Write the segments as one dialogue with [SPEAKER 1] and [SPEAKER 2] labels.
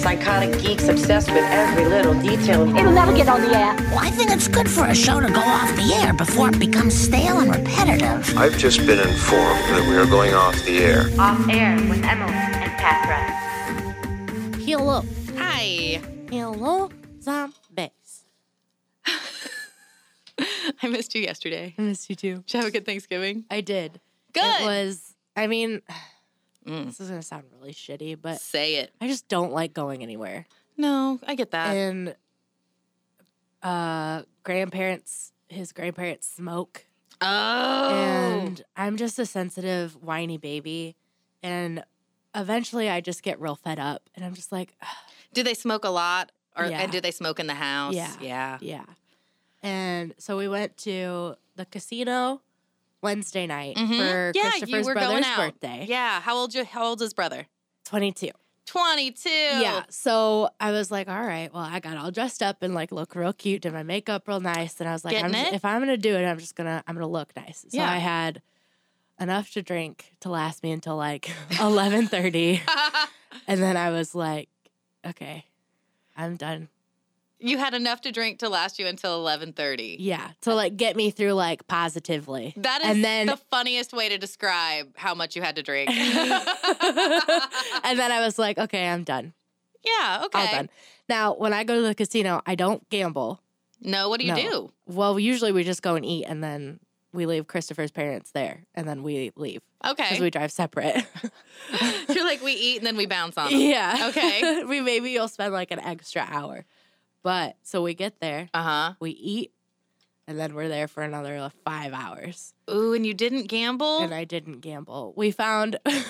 [SPEAKER 1] psychotic geeks obsessed with every little detail.
[SPEAKER 2] It'll never get on the air.
[SPEAKER 3] Well, I think it's good for a show to go off the air before it becomes stale and repetitive.
[SPEAKER 4] I've just been informed that we are going off the air.
[SPEAKER 5] Off air with Emily and Pat
[SPEAKER 2] Hello.
[SPEAKER 6] Hi.
[SPEAKER 2] Hello, zombies.
[SPEAKER 6] I missed you yesterday.
[SPEAKER 2] I missed you too.
[SPEAKER 6] Did you have a good Thanksgiving?
[SPEAKER 2] I did.
[SPEAKER 6] Good.
[SPEAKER 2] It was, I mean,
[SPEAKER 6] Mm.
[SPEAKER 2] this is going to sound really shitty, but
[SPEAKER 6] Say it.
[SPEAKER 2] I just don't like going anywhere.
[SPEAKER 6] No, I get that.
[SPEAKER 2] and uh, grandparents, his grandparents smoke.
[SPEAKER 6] oh.
[SPEAKER 2] And I'm just a sensitive, whiny baby. And eventually I just get real fed up and I'm just like,
[SPEAKER 6] do they smoke a lot? Or
[SPEAKER 2] Yeah.
[SPEAKER 6] and do they smoke in the house?
[SPEAKER 2] Yeah.
[SPEAKER 6] Yeah.
[SPEAKER 2] Yeah. And so we went to the casino Wednesday night
[SPEAKER 6] Mhm.
[SPEAKER 2] for
[SPEAKER 6] yeah,
[SPEAKER 2] Christopher's
[SPEAKER 6] you were
[SPEAKER 2] brother's
[SPEAKER 6] going out.
[SPEAKER 2] birthday.
[SPEAKER 6] Yeah. How old you how old's his brother?
[SPEAKER 2] 22.
[SPEAKER 6] Twenty two.
[SPEAKER 2] Yeah. So I was like, all right, well, I got all dressed up and like look real cute, did my makeup real nice. And I was like, I'm
[SPEAKER 6] Getting
[SPEAKER 2] just-
[SPEAKER 6] it?
[SPEAKER 2] if I'm going to do it, I'm just going to, I'm going to look nice. So
[SPEAKER 6] Yeah.
[SPEAKER 2] I had enough to drink to last me until like 1130. and then I was like, okay, I'm done.
[SPEAKER 6] you had enough to drink to last you until eleven thirty.
[SPEAKER 2] Yeah. To like get me through like positively.
[SPEAKER 6] That is
[SPEAKER 2] And then-
[SPEAKER 6] the funniest way to describe how much you had to drink. yeah,
[SPEAKER 2] and then I was like, okay, I'm done.
[SPEAKER 6] okay.
[SPEAKER 2] All done. Now, when I go to the casino, I don't gamble.
[SPEAKER 6] No, what do you
[SPEAKER 2] No.
[SPEAKER 6] do?
[SPEAKER 2] Well, usually we just go and eat and then we leave Christopher's parents there and then we leave because
[SPEAKER 6] Okay.
[SPEAKER 2] we drive separate.
[SPEAKER 6] You're like we eat and then we bounce on them.
[SPEAKER 2] yeah.
[SPEAKER 6] Um, Okay.
[SPEAKER 2] we maybe you'll spend like an extra hour. But so we get there,
[SPEAKER 6] Uh
[SPEAKER 2] we eat, and then we're there for another five hours.
[SPEAKER 6] huh. Ooh, and you didn't gamble.
[SPEAKER 2] And I didn't gamble. We found we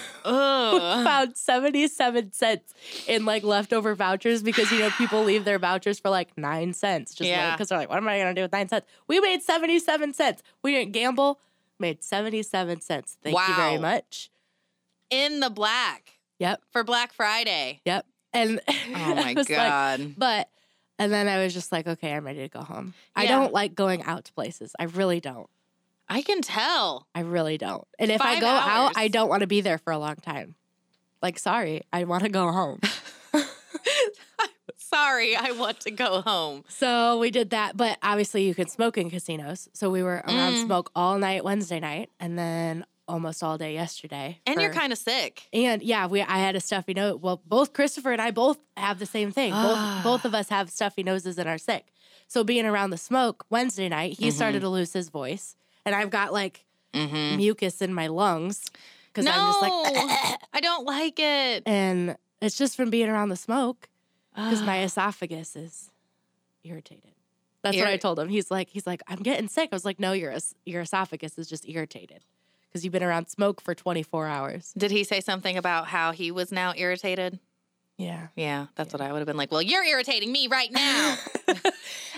[SPEAKER 6] Ugh.
[SPEAKER 2] found 77 cents in like leftover vouchers because you know people leave their vouchers for like nine cents just
[SPEAKER 6] Yeah.
[SPEAKER 2] because they're like what am i gonna do with nine cents we made 77 cents we didn't gamble made 77 cents thank you very
[SPEAKER 6] Wow.
[SPEAKER 2] much
[SPEAKER 6] in the black
[SPEAKER 2] yep
[SPEAKER 6] for Black Friday.
[SPEAKER 2] yep and
[SPEAKER 6] Oh
[SPEAKER 2] I
[SPEAKER 6] my
[SPEAKER 2] was like,
[SPEAKER 6] god.
[SPEAKER 2] but and then i was just like okay i'm ready to go home i
[SPEAKER 6] Yeah.
[SPEAKER 2] don't like going out to places i really don't
[SPEAKER 6] I can tell.
[SPEAKER 2] i really don't and if i
[SPEAKER 6] Five
[SPEAKER 2] go out i
[SPEAKER 6] hours.
[SPEAKER 2] don't want to be there for a long time like sorry i want to go home
[SPEAKER 6] Sorry, I want to go home.
[SPEAKER 2] So we did that, but obviously you can smoke in casinos. So we were around
[SPEAKER 6] Mm.
[SPEAKER 2] smoke all night Wednesday night, and then almost all day yesterday.
[SPEAKER 6] And you're
[SPEAKER 2] for-
[SPEAKER 6] kind of sick.
[SPEAKER 2] and yeah, we I had a stuffy nose. Well, both Christopher and I both have the same thing.
[SPEAKER 6] Ah.
[SPEAKER 2] both both of us have stuffy noses and are sick. So being around the smoke Wednesday night, he started to lose his voice, and I've got like
[SPEAKER 6] Mm-hmm.
[SPEAKER 2] mucus in my lungs because
[SPEAKER 6] No,
[SPEAKER 2] I'm just like,
[SPEAKER 6] I don't like it.
[SPEAKER 2] and it's just from being around the smoke. because
[SPEAKER 6] Ah.
[SPEAKER 2] my esophagus is irritated. That's what I
[SPEAKER 6] Irri-
[SPEAKER 2] told him. He's like, he's like, I'm getting sick. I was like, no, your es- your esophagus is just irritated because you've been around smoke for 24 hours.
[SPEAKER 6] Did he say something about how he was now irritated?
[SPEAKER 2] Yeah.
[SPEAKER 6] Yeah, that's what I would have been like. Well, you're irritating me right now.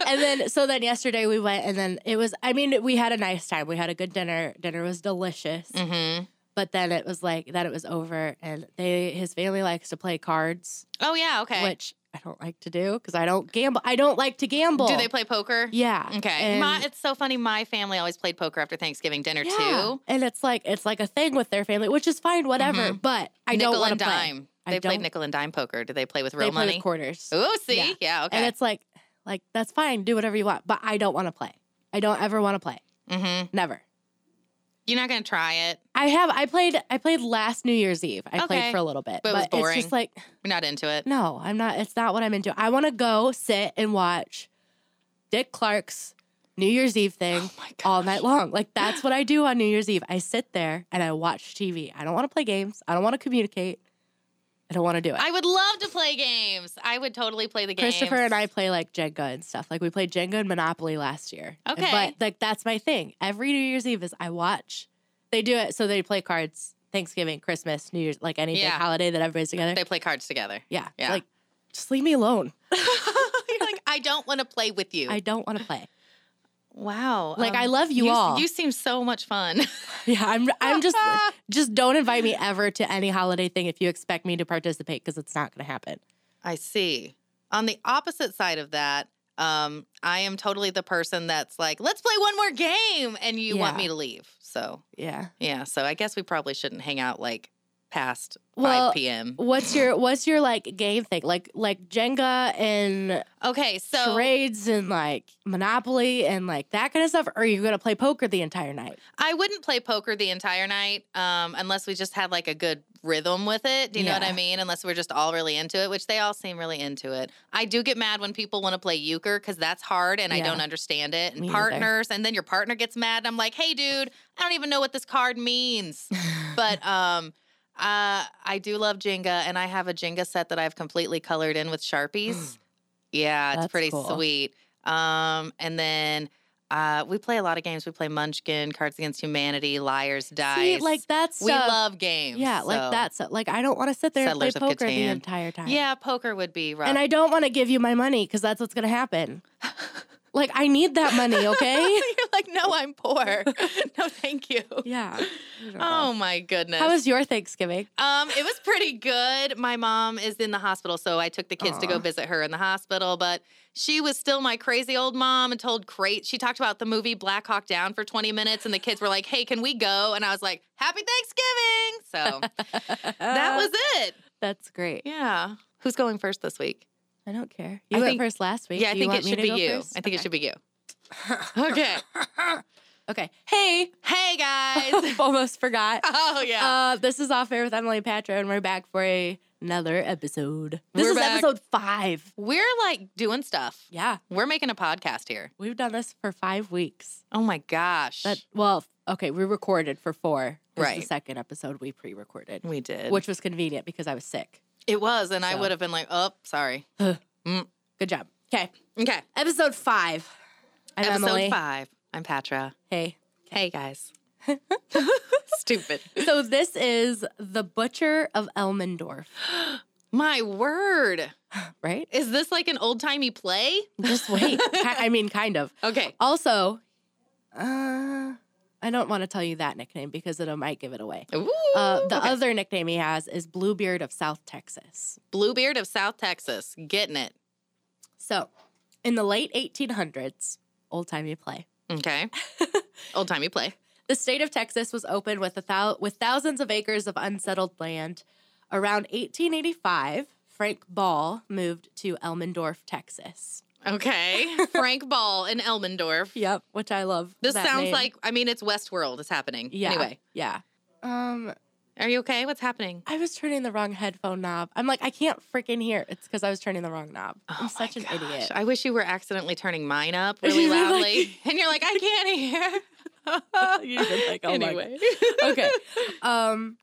[SPEAKER 2] and then so then yesterday we went and then it was I mean we had a nice time. We had a good dinner. Dinner was delicious.
[SPEAKER 6] mm-hmm.
[SPEAKER 2] But then it was like that it was over and they his family likes to play cards,
[SPEAKER 6] Oh yeah, okay.
[SPEAKER 2] which I don't like to do because I don't gamble. I don't like to gamble.
[SPEAKER 6] Do they play poker?
[SPEAKER 2] Yeah.
[SPEAKER 6] Okay.
[SPEAKER 2] And-
[SPEAKER 6] My, it's so funny. My family always played poker after Thanksgiving dinner too. Mm-hmm.
[SPEAKER 2] And it's like it's like a thing with their family, which is fine, whatever. But I
[SPEAKER 6] nickel
[SPEAKER 2] don't want
[SPEAKER 6] and
[SPEAKER 2] to play.
[SPEAKER 6] dime.
[SPEAKER 2] I
[SPEAKER 6] They played
[SPEAKER 2] don't-
[SPEAKER 6] nickel and dime poker. Do they play with
[SPEAKER 2] They
[SPEAKER 6] real
[SPEAKER 2] play
[SPEAKER 6] money?
[SPEAKER 2] with quarters,
[SPEAKER 6] Oh, see,
[SPEAKER 2] Yeah.
[SPEAKER 6] yeah, okay.
[SPEAKER 2] and it's like like that's fine, do whatever you want. But I don't want to play. I don't ever want to play.
[SPEAKER 6] mm-hmm.
[SPEAKER 2] Never.
[SPEAKER 6] You're not gonna try it.
[SPEAKER 2] I have. I played. I played last New Year's Eve. I
[SPEAKER 6] Okay.
[SPEAKER 2] played for a little bit,
[SPEAKER 6] But it was
[SPEAKER 2] it's
[SPEAKER 6] boring.
[SPEAKER 2] just like
[SPEAKER 6] You're not into it.
[SPEAKER 2] no, I'm not. It's not what I'm into. I want to go sit and watch Dick Clark's New Year's Eve thing
[SPEAKER 6] Oh my
[SPEAKER 2] all night long. Like that's what I do on New Year's Eve. I sit there and I watch TV. I don't want to play games. I don't want to communicate. I don't want to do it.
[SPEAKER 6] I would love to play games. I would totally play the games.
[SPEAKER 2] Christopher and I play like Jenga and stuff. Like we played Jenga and Monopoly last year. And-
[SPEAKER 6] Okay.
[SPEAKER 2] But like that's my thing. Every New Year's Eve is I watch. They do it so they play cards Thanksgiving, Christmas, New Year's, like any big
[SPEAKER 6] Yeah.
[SPEAKER 2] holiday that everybody's together.
[SPEAKER 6] They play cards together.
[SPEAKER 2] yeah.
[SPEAKER 6] Yeah.
[SPEAKER 2] Like just leave me alone.
[SPEAKER 6] You're like, I don't want to play with you.
[SPEAKER 2] I don't want to play.
[SPEAKER 6] wow.
[SPEAKER 2] Like, I love you
[SPEAKER 6] s-
[SPEAKER 2] all.
[SPEAKER 6] Um, You seem so much fun.
[SPEAKER 2] Yeah, I'm I'm just just don't invite me ever to any holiday thing if you expect me to participate because it's not going to happen.
[SPEAKER 6] I see. On the opposite side of that, um, I am totally the person that's like, let's play one more game, and you want
[SPEAKER 2] Yeah.
[SPEAKER 6] me to leave. So
[SPEAKER 2] Yeah.
[SPEAKER 6] yeah. So I guess we probably shouldn't hang out like past
[SPEAKER 2] Well,
[SPEAKER 6] 5 p.m.
[SPEAKER 2] What's your what's your like game thing? Like like Jenga and
[SPEAKER 6] Okay, so
[SPEAKER 2] charades and like Monopoly and like that kind of stuff? Or are you gonna play poker the entire night?
[SPEAKER 6] I wouldn't play poker the entire night um, unless we just had like a good rhythm with it. Do you know what I
[SPEAKER 2] Yeah.
[SPEAKER 6] mean? Unless we're just all really into it, which they all seem really into it. I do get mad when people want to play euchre because that's hard and I
[SPEAKER 2] Yeah.
[SPEAKER 6] don't understand it. And
[SPEAKER 2] Me either.
[SPEAKER 6] partners, and then your partner gets mad, and I'm like, hey, dude, I don't even know what this card means. but um, uh, I do love Jenga, and I have a Jenga set that I've completely colored in with Sharpies. yeah, it's
[SPEAKER 2] That's
[SPEAKER 6] pretty
[SPEAKER 2] cool.
[SPEAKER 6] sweet. Um, and then uh, we play a lot of games. We play Munchkin, Cards Against Humanity, Liars, Dice.
[SPEAKER 2] See, like that stuff.
[SPEAKER 6] we love games.
[SPEAKER 2] yeah, like
[SPEAKER 6] so-
[SPEAKER 2] that stuff. Like I don't want to sit there
[SPEAKER 6] Settlers of
[SPEAKER 2] and play poker the
[SPEAKER 6] Catan.
[SPEAKER 2] entire time.
[SPEAKER 6] Yeah, poker would be rough.
[SPEAKER 2] and I don't want to give you my money because that's what's gonna happen. like I need that money, okay?
[SPEAKER 6] You're like, no, I'm poor. no, thank you.
[SPEAKER 2] yeah.
[SPEAKER 6] Oh my goodness.
[SPEAKER 2] How was your Thanksgiving?
[SPEAKER 6] Um, it was pretty good. My mom is in the hospital, so I took the kids to go
[SPEAKER 2] Aw.
[SPEAKER 6] visit her in the hospital. But she was still my crazy old mom and told great. She talked about the movie Black Hawk Down for 20 minutes, and the kids were like, "Hey, can we go?" And I was like, "Happy Thanksgiving!" So that was it.
[SPEAKER 2] That's great.
[SPEAKER 6] Yeah. Who's going first this week?
[SPEAKER 2] I don't care. You
[SPEAKER 6] I
[SPEAKER 2] went
[SPEAKER 6] think-
[SPEAKER 2] first last week.
[SPEAKER 6] yeah, I
[SPEAKER 2] Do
[SPEAKER 6] think
[SPEAKER 2] you want
[SPEAKER 6] it
[SPEAKER 2] me
[SPEAKER 6] should
[SPEAKER 2] to
[SPEAKER 6] be
[SPEAKER 2] go
[SPEAKER 6] you.
[SPEAKER 2] first?
[SPEAKER 6] I think it
[SPEAKER 2] Okay.
[SPEAKER 6] should be you. Okay.
[SPEAKER 2] Okay. Hey,
[SPEAKER 6] hey guys.
[SPEAKER 2] almost forgot.
[SPEAKER 6] oh yeah.
[SPEAKER 2] Uh, this is Off Air with Emily Patra, and we're back for a- another episode. This
[SPEAKER 6] We're
[SPEAKER 2] is
[SPEAKER 6] back.
[SPEAKER 2] episode five.
[SPEAKER 6] We're like doing stuff.
[SPEAKER 2] Yeah,
[SPEAKER 6] We're making a podcast here.
[SPEAKER 2] we've done this for five weeks.
[SPEAKER 6] Oh my gosh.
[SPEAKER 2] That well, okay, we recorded for four. This is
[SPEAKER 6] Right.
[SPEAKER 2] the second episode we pre-recorded,
[SPEAKER 6] we did.
[SPEAKER 2] which was convenient because I was sick.
[SPEAKER 6] It was, and I
[SPEAKER 2] So.
[SPEAKER 6] would have been like, "Oh, sorry."
[SPEAKER 2] Good job. Okay,
[SPEAKER 6] Okay,
[SPEAKER 2] episode five. I'm
[SPEAKER 6] episode
[SPEAKER 2] Emily.
[SPEAKER 6] five. I'm Patra.
[SPEAKER 2] Hey.
[SPEAKER 6] Hey guys. Stupid.
[SPEAKER 2] So this is the Butcher of Elmendorf,
[SPEAKER 6] My word.
[SPEAKER 2] right?
[SPEAKER 6] Is this like an old timey play?
[SPEAKER 2] Just wait. Ki- I mean, kind of.
[SPEAKER 6] Okay.
[SPEAKER 2] Also, uh, I don't want to tell you that nickname because it might give it away.
[SPEAKER 6] Ooh,
[SPEAKER 2] Uh, the
[SPEAKER 6] okay.
[SPEAKER 2] other nickname he has is Bluebeard of South Texas.
[SPEAKER 6] Bluebeard of South Texas, getting it.
[SPEAKER 2] So, in the late 1800s, old timey play,
[SPEAKER 6] Okay. old timey play.
[SPEAKER 2] the state of Texas was open with, a thou- with thousands of acres of unsettled land. Around 1885, Frank Ball moved to Elmendorf, Texas.
[SPEAKER 6] Okay. Frank Ball in Elmendorf.
[SPEAKER 2] Yep, which I love.
[SPEAKER 6] This
[SPEAKER 2] that
[SPEAKER 6] sounds
[SPEAKER 2] name.
[SPEAKER 6] like I mean it's Westworld is happening.
[SPEAKER 2] yeah,
[SPEAKER 6] Anyway,
[SPEAKER 2] yeah. Um,
[SPEAKER 6] are you okay? What's happening?
[SPEAKER 2] I was turning the wrong headphone knob. I'm like, I can't freaking hear. It's because I was turning the wrong knob. I'm such an idiot.
[SPEAKER 6] Oh I wish you were accidentally turning mine up really
[SPEAKER 2] You're like-
[SPEAKER 6] loudly, and you're like, I can't hear.
[SPEAKER 2] You did like, oh my
[SPEAKER 6] anyway.
[SPEAKER 2] okay. Um,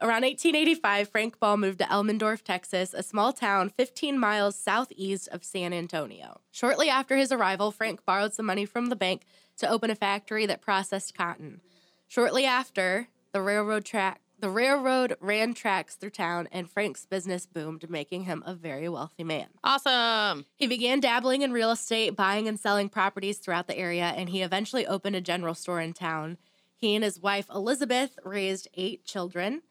[SPEAKER 2] around 1885, Frank Ball moved to Elmendorf, Texas, a small town 15 miles southeast of San Antonio. Shortly after his arrival, Frank borrowed some money from the bank to open a factory that processed cotton. Shortly after, the railroad track the railroad ran tracks through town, and Frank's business boomed, making him a very wealthy man.
[SPEAKER 6] Awesome.
[SPEAKER 2] He began dabbling in real estate, buying and selling properties throughout the area, and he eventually opened a general store in town. He and his wife, Elizabeth, raised eight children.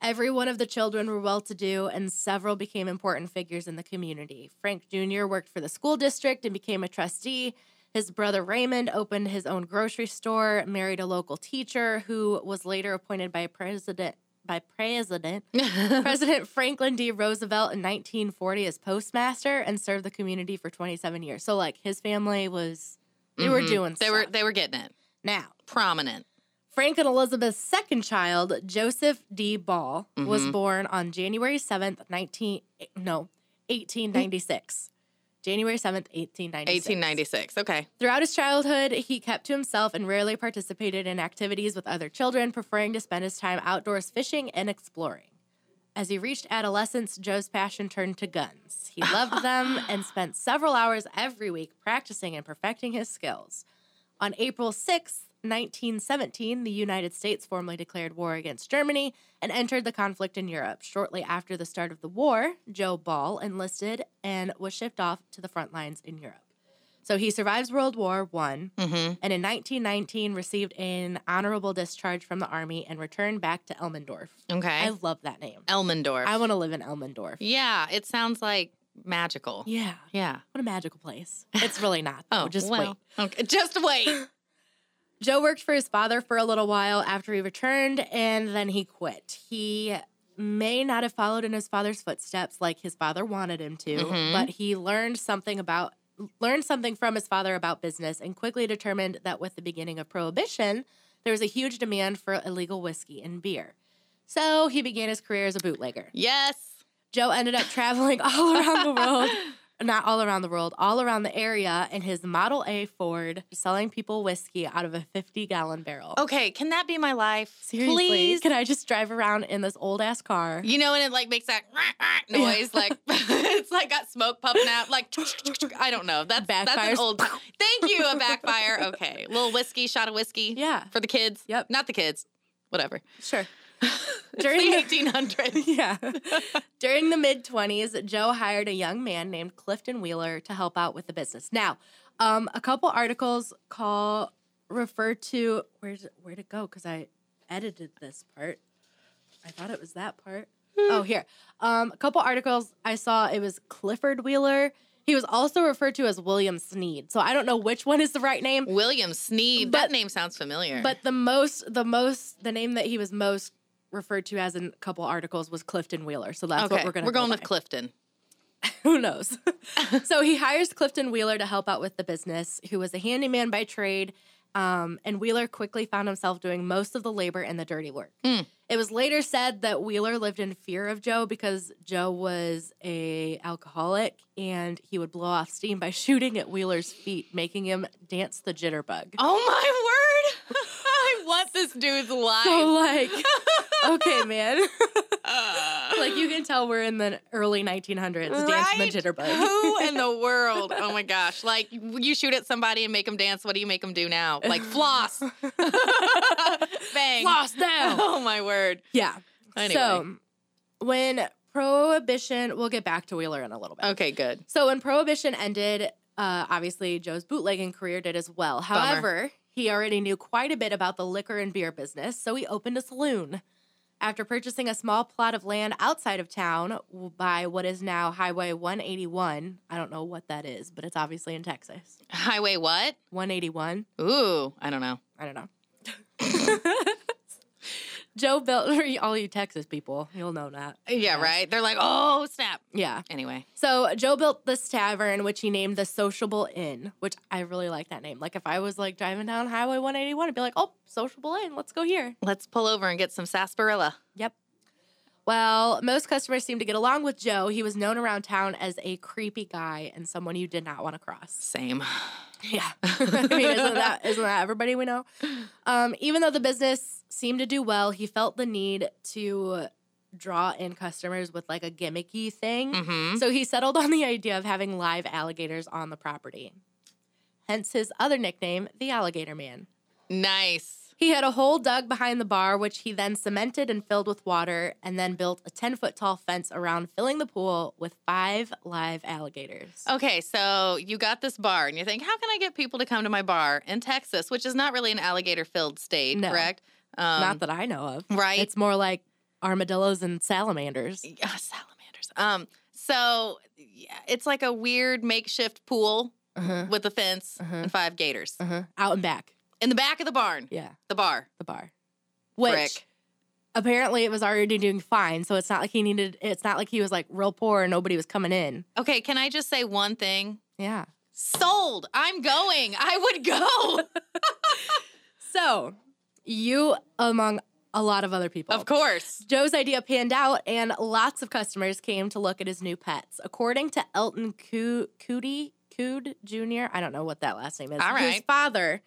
[SPEAKER 2] Every one of the children were well to do, and several became important figures in the community. Frank Jr. worked for the school district and became a trustee. His brother Raymond opened his own grocery store, married a local teacher who was later appointed by president by president President Franklin D. Roosevelt in 1940 as postmaster and served the community for 27 years. So, like, his family was, they were
[SPEAKER 6] Mhm.
[SPEAKER 2] doing
[SPEAKER 6] They
[SPEAKER 2] stuff.
[SPEAKER 6] were they were getting it.
[SPEAKER 2] now,
[SPEAKER 6] Prominent.
[SPEAKER 2] Frank and Elizabeth's second child, Joseph D. Ball, was
[SPEAKER 6] Mhm.
[SPEAKER 2] born on January 7th, 19, no, 1896. January 7th, 1896.
[SPEAKER 6] 1896. Okay.
[SPEAKER 2] Throughout his childhood, he kept to himself and rarely participated in activities with other children, preferring to spend his time outdoors fishing and exploring. As he reached adolescence, Joe's passion turned to guns. He loved them and spent several hours every week practicing and perfecting his skills. On April 6th, 1917, the United States formally declared war against Germany and entered the conflict in Europe. Shortly after the start of the war, Joe Ball enlisted and was shipped off to the front lines in Europe. So he survives World War One,
[SPEAKER 6] Mm-hmm.
[SPEAKER 2] and in 1919 received an honorable discharge from the army and returned back to Elmendorf.
[SPEAKER 6] Okay.
[SPEAKER 2] I love that name.
[SPEAKER 6] Elmendorf.
[SPEAKER 2] I want to live in Elmendorf.
[SPEAKER 6] Yeah, it sounds like magical.
[SPEAKER 2] Yeah,
[SPEAKER 6] Yeah.
[SPEAKER 2] what a magical place. It's really not. Though.
[SPEAKER 6] Oh,
[SPEAKER 2] just
[SPEAKER 6] well.
[SPEAKER 2] wait.
[SPEAKER 6] Okay. Just wait.
[SPEAKER 2] Joe worked for his father for a little while after he returned, and then he quit. He may not have followed in his father's footsteps like his father wanted him to,
[SPEAKER 6] Mhm.
[SPEAKER 2] but he learned something about learned something from his father about business and quickly determined that with the beginning of prohibition, there was a huge demand for illegal whiskey and beer. So he began his career as a bootlegger.
[SPEAKER 6] Yes.
[SPEAKER 2] Joe ended up traveling all around the world, not all around the world, all around the area in his Model A Ford, selling people whiskey out of a 50 gallon barrel.
[SPEAKER 6] Okay, can that be my life?
[SPEAKER 2] Seriously,
[SPEAKER 6] Oh, Please.
[SPEAKER 2] can I just drive around in this old ass car?
[SPEAKER 6] You know, and it like makes that noise, like it's like got smoke pumping out, like I don't know. That's that's an
[SPEAKER 2] Backfires.
[SPEAKER 6] old. Thank you, a backfire. Okay, little whiskey, shot of whiskey.
[SPEAKER 2] Yeah.
[SPEAKER 6] for the kids.
[SPEAKER 2] Yep.
[SPEAKER 6] not the kids. Whatever.
[SPEAKER 2] Sure.
[SPEAKER 6] During
[SPEAKER 2] During
[SPEAKER 6] the
[SPEAKER 2] the-
[SPEAKER 6] 1800s.
[SPEAKER 2] yeah. During the mid 20s, Joe hired a young man named Clifton Wheeler to help out with the business. Now, um, a couple articles call refer to where's it, where'd it go? Because I edited this part. I thought it was that part. oh, here. Um, a couple articles I saw it was Clifford Wheeler. He was also referred to as William Sneed. So I don't know which one is the right name.
[SPEAKER 6] William Sneed. that
[SPEAKER 2] But-
[SPEAKER 6] name sounds familiar.
[SPEAKER 2] But the most, the most, the name that he was most referred to as in a couple articles was Clifton Wheeler. So that's
[SPEAKER 6] okay,
[SPEAKER 2] what we're going to.
[SPEAKER 6] we're going with Clifton.
[SPEAKER 2] Who knows? so he hires Clifton Wheeler to help out with the business, who was a handyman by trade. Um, and Wheeler quickly found himself doing most of the labor and the dirty work.
[SPEAKER 6] Hmm.
[SPEAKER 2] It was later said that Wheeler lived in fear of Joe because Joe was a alcoholic and he would blow off steam by shooting at Wheeler's feet, making him dance the jitterbug.
[SPEAKER 6] Oh my word! I want this dude's life.
[SPEAKER 2] So like, okay, man.
[SPEAKER 6] Uh,
[SPEAKER 2] like you can tell we're in the early 1900s.
[SPEAKER 6] right?
[SPEAKER 2] Dance the jitterbug.
[SPEAKER 6] Who in the world? Oh my gosh! Like you shoot at somebody and make them dance. What do you make them do now? Like floss, bang,
[SPEAKER 2] Lost now.
[SPEAKER 6] Oh my word!
[SPEAKER 2] Yeah.
[SPEAKER 6] Anyway.
[SPEAKER 2] So when prohibition, we'll get back to Wheeler in a little bit.
[SPEAKER 6] Okay, good.
[SPEAKER 2] So when prohibition ended, uh, obviously Joe's bootlegging career did as well. However, he already knew quite a bit about the liquor and beer business, so he opened a saloon. After purchasing a small plot of land outside of town by what is now Highway 181, I don't know what that is, but it's obviously in Texas.
[SPEAKER 6] Highway what?
[SPEAKER 2] 181.
[SPEAKER 6] Ooh, I don't know.
[SPEAKER 2] I don't know. Joe built all you Texas people. You'll know that.
[SPEAKER 6] Yeah, right. They're like, oh snap.
[SPEAKER 2] Yeah.
[SPEAKER 6] Anyway,
[SPEAKER 2] So Joe built this tavern, which he named the Sociable Inn, which I really like that name. Like if I was like driving down Highway 181, I'd be like, oh, Sociable Inn, let's go here.
[SPEAKER 6] let's pull over and get some sarsaparilla.
[SPEAKER 2] Yep. Well, most customers seemed to get along with Joe. He was known around town as a creepy guy and someone you did not want to cross.
[SPEAKER 6] Same.
[SPEAKER 2] Yeah. I mean, isn't that, isn't that everybody we know? Um, even though the business seemed to do well, he felt the need to draw in customers with like a gimmicky thing.
[SPEAKER 6] Mm-hmm.
[SPEAKER 2] So he settled on the idea of having live alligators on the property. Hence his other nickname, the Alligator Man.
[SPEAKER 6] Nice.
[SPEAKER 2] He had a hole dug behind the bar, which he then cemented and filled with water, and then built a 10 foot tall fence around, filling the pool with five live alligators.
[SPEAKER 6] Okay, so you got this bar and you think, how can I get people to come to my bar in Texas, which is not really an alligator filled state,
[SPEAKER 2] No.
[SPEAKER 6] correct? Um,
[SPEAKER 2] Not that I know of.
[SPEAKER 6] right.
[SPEAKER 2] It's more like armadillos and salamanders.
[SPEAKER 6] Yeah, uh, salamanders. Um, so yeah, it's like a weird makeshift pool
[SPEAKER 2] Uh-huh.
[SPEAKER 6] with a fence
[SPEAKER 2] Uh-huh.
[SPEAKER 6] and five gators
[SPEAKER 2] Uh-huh. Out and back.
[SPEAKER 6] in the back of the barn.
[SPEAKER 2] Yeah.
[SPEAKER 6] The bar.
[SPEAKER 2] The bar. Which
[SPEAKER 6] Frick.
[SPEAKER 2] apparently it was already doing fine. So it's not like he needed, it's not like he was like real poor and nobody was coming in.
[SPEAKER 6] Okay, can I just say one thing?
[SPEAKER 2] Yeah.
[SPEAKER 6] Sold. I'm going. I would go.
[SPEAKER 2] So you, among a lot of other people,
[SPEAKER 6] of course.
[SPEAKER 2] Joe's idea panned out, and lots of customers came to look at his new pets. According to Elton Coo- Cootie Cood Jr., I don't know what that last name is.
[SPEAKER 6] All
[SPEAKER 2] His
[SPEAKER 6] right.
[SPEAKER 2] father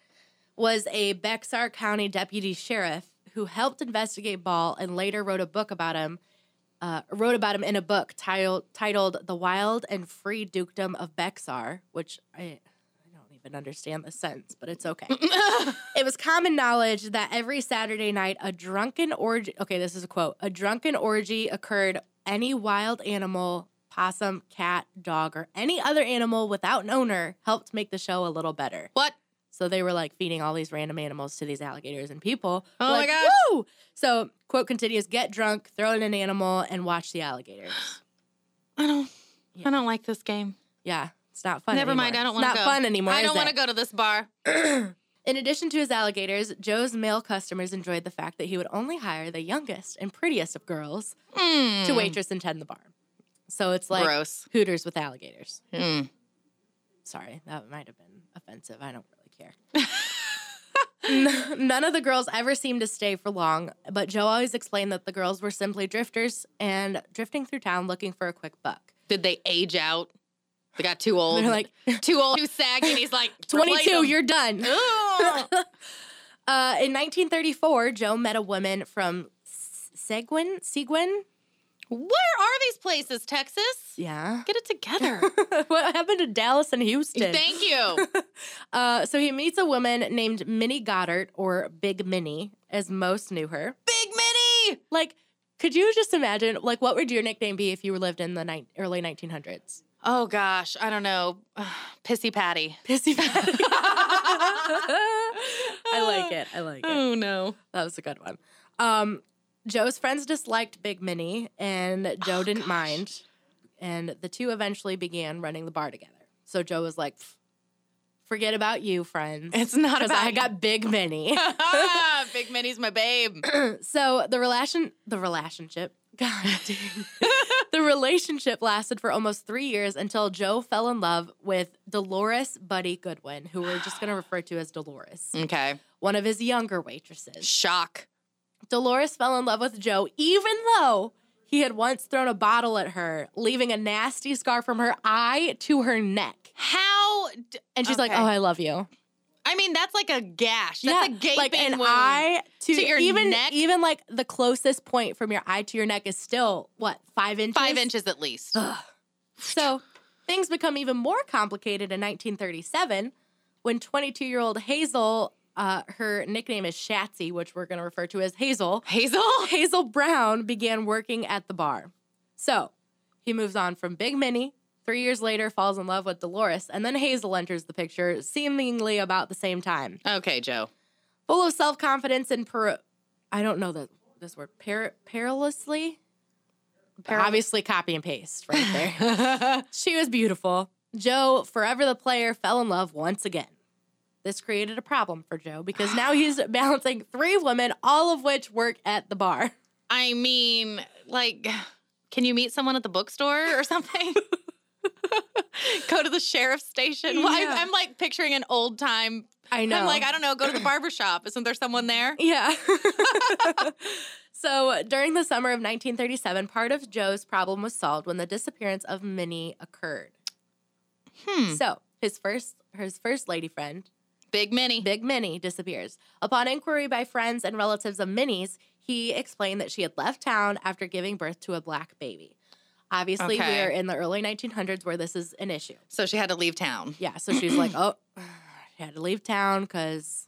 [SPEAKER 2] was a Bexar County deputy sheriff who helped investigate Ball and later wrote a book about him. Uh, wrote about him in a book titled titled "The Wild and Free Dukedom of Bexar," which I, I don't even understand the sentence, but it's okay. It was common knowledge that every Saturday night a drunken orgy okay, this is a quote. A drunken orgy occurred any wild animal, possum, cat, dog, or any other animal without an owner helped make the show a little better.
[SPEAKER 6] What?
[SPEAKER 2] So they were like feeding all these random animals to these alligators and people.
[SPEAKER 6] Oh my
[SPEAKER 2] like,
[SPEAKER 6] gosh.
[SPEAKER 2] Woo! So quote continues, get drunk, throw in an animal, and watch the alligators.
[SPEAKER 6] I don't.
[SPEAKER 2] Yeah.
[SPEAKER 6] I don't like this game.
[SPEAKER 2] Yeah. It's not fun.
[SPEAKER 6] Never mind.
[SPEAKER 2] anymore.
[SPEAKER 6] I don't
[SPEAKER 2] It's
[SPEAKER 6] want to
[SPEAKER 2] Not
[SPEAKER 6] go.
[SPEAKER 2] fun anymore.
[SPEAKER 6] I
[SPEAKER 2] is
[SPEAKER 6] don't
[SPEAKER 2] it?
[SPEAKER 6] want to go to this bar.
[SPEAKER 2] In addition to his alligators, Joe's male customers enjoyed the fact that he would only hire the youngest and prettiest of girls to waitress and tend the bar. So it's like
[SPEAKER 6] Mm. Hmm. Gross.
[SPEAKER 2] Hooters with alligators.
[SPEAKER 6] Mm.
[SPEAKER 2] Sorry, that might have been offensive. I don't really care. N- None of the girls ever seemed to stay for long, but Joe always explained that the girls were simply drifters and drifting through town looking for a quick buck.
[SPEAKER 6] Did they age out? They got too old.
[SPEAKER 2] They're like,
[SPEAKER 6] too old, too saggy. And he's like,
[SPEAKER 2] 22, you're done.
[SPEAKER 6] Ugh.
[SPEAKER 2] Uh, in 1934, Joe met a woman from S- Seguin. Seguin?
[SPEAKER 6] Where are these places, Texas?
[SPEAKER 2] Yeah.
[SPEAKER 6] Get it together.
[SPEAKER 2] what happened to Dallas and Houston?
[SPEAKER 6] Thank you.
[SPEAKER 2] Uh, so he meets a woman named Minnie Goddard, or Big Minnie, as most knew her.
[SPEAKER 6] Big Minnie.
[SPEAKER 2] Like, could you just imagine? Like, what would your nickname be if you lived in the ni- early 1900s?
[SPEAKER 6] Oh gosh, I don't know. Pissy Patty.
[SPEAKER 2] Pissy Patty. I like it. I like it.
[SPEAKER 6] Oh no.
[SPEAKER 2] That was a good one. Um, Joe's friends disliked Big Minnie, and
[SPEAKER 6] Oh,
[SPEAKER 2] Joe didn't mind. And the two eventually began running the bar together. So Joe was like, "Pff, "Forget about you, friends."
[SPEAKER 6] It's not
[SPEAKER 2] because
[SPEAKER 6] about
[SPEAKER 2] I got Big Minnie.
[SPEAKER 6] Big Minnie's my babe.
[SPEAKER 2] so the relation, the relationship, God, dang. the relationship lasted for almost three years until Joe fell in love with Dolores Buddy Goodwin, who we're just going to refer to as Dolores,
[SPEAKER 6] Okay.
[SPEAKER 2] one of his younger waitresses.
[SPEAKER 6] Shock.
[SPEAKER 2] Dolores fell in love with Joe, even though he had once thrown a bottle at her, leaving a nasty scar from her eye to her neck.
[SPEAKER 6] How? D-
[SPEAKER 2] And she's like,
[SPEAKER 6] Okay.
[SPEAKER 2] "Oh, I love you."
[SPEAKER 6] I mean, that's like a gash. That's a gaping
[SPEAKER 2] like an
[SPEAKER 6] wound.
[SPEAKER 2] eye to,
[SPEAKER 6] To your
[SPEAKER 2] even
[SPEAKER 6] neck?
[SPEAKER 2] even like the closest point from your eye to your neck is still what five inches.
[SPEAKER 6] Five inches at least.
[SPEAKER 2] So things become even more complicated in 1937 when 22 year old Hazel, uh, her nickname is Shatsy, which we're going to refer to as Hazel.
[SPEAKER 6] Hazel.
[SPEAKER 2] Hazel Brown began working at the bar. So he moves on from Big Minnie. Three years later, falls in love with Dolores, and then Hazel enters the picture, seemingly about the same time.
[SPEAKER 6] Okay, Joe.
[SPEAKER 2] Full of self confidence and per- I don't know the, this word, per- perilously? Obviously, copy and paste right there. she was beautiful. Joe, forever the player, fell in love once again. This created a problem for Joe because now he's balancing three women, all of which work at the bar.
[SPEAKER 6] I mean, like, can you meet someone at the bookstore or something? go to the sheriff's station. Why?
[SPEAKER 2] Yeah.
[SPEAKER 6] I'm like picturing an old time.
[SPEAKER 2] I know.
[SPEAKER 6] I'm like, I don't know. Go to the barber shop. Isn't there someone there?
[SPEAKER 2] Yeah. so during the summer of 1937, part of Joe's problem was solved when the disappearance of Minnie occurred.
[SPEAKER 6] Hmm.
[SPEAKER 2] So his first his first lady friend,
[SPEAKER 6] Big Minnie.
[SPEAKER 2] Big Minnie, disappears. Upon inquiry by friends and relatives of Minnie's, he explained that she had left town after giving birth to a black baby. Obviously, we
[SPEAKER 6] Okay.
[SPEAKER 2] are in the early 1900s where this is an issue.
[SPEAKER 6] So she had to leave town.
[SPEAKER 2] Yeah, so she's like, oh, I had to leave town because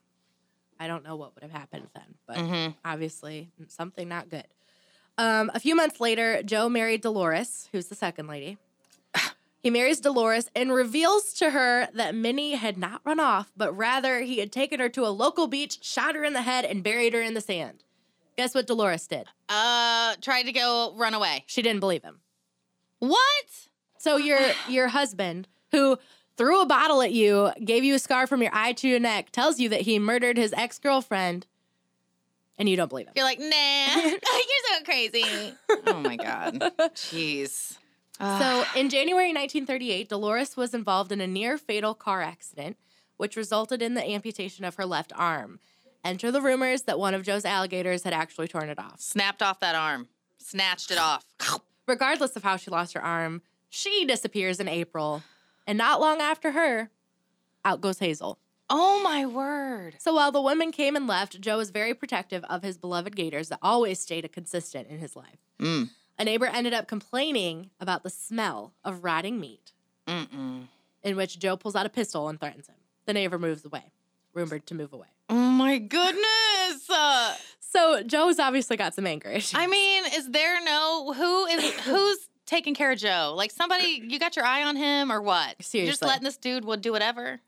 [SPEAKER 2] I don't know what would have happened then, but
[SPEAKER 6] Mm-hmm.
[SPEAKER 2] obviously something not good. Um, a few months later, Joe married Dolores, who's the second lady. He marries Dolores and reveals to her that Minnie had not run off, but rather he had taken her to a local beach, shot her in the head, and buried her in the sand. Guess what Dolores did?
[SPEAKER 6] Uh, tried to go run away.
[SPEAKER 2] She didn't believe him.
[SPEAKER 6] What?
[SPEAKER 2] So your your husband, who threw a bottle at you, gave you a scar from your eye to your neck, tells you that he murdered his ex girlfriend, and you don't believe him.
[SPEAKER 6] You're like, nah. You're so crazy. oh my god. Jeez. Ah.
[SPEAKER 2] So in January 1938, Dolores was involved in a near fatal car accident, which resulted in the amputation of her left arm. Enter the rumors that one of Joe's alligators had actually torn it off.
[SPEAKER 6] Snapped off that arm. Snatched it off.
[SPEAKER 2] Regardless of how she lost her arm, she disappears in April, and not long after her, out goes Hazel.
[SPEAKER 6] Oh my word.
[SPEAKER 2] So while the women came and left, Joe was very protective of his beloved gators that always stayed a consistent in his life.
[SPEAKER 6] Mm.
[SPEAKER 2] A neighbor ended up complaining about the smell of rotting meat,
[SPEAKER 6] Mm-mm.
[SPEAKER 2] in which Joe pulls out a pistol and threatens him. The neighbor moves away, rumored to move away.
[SPEAKER 6] Oh my goodness. Uh,
[SPEAKER 2] So Joe's obviously got some anger issues.
[SPEAKER 6] I mean, is there no who is who's taking care of Joe? Like somebody, you got your eye on him or what? You're just
[SPEAKER 2] Seriously.
[SPEAKER 6] letting this dude will do whatever.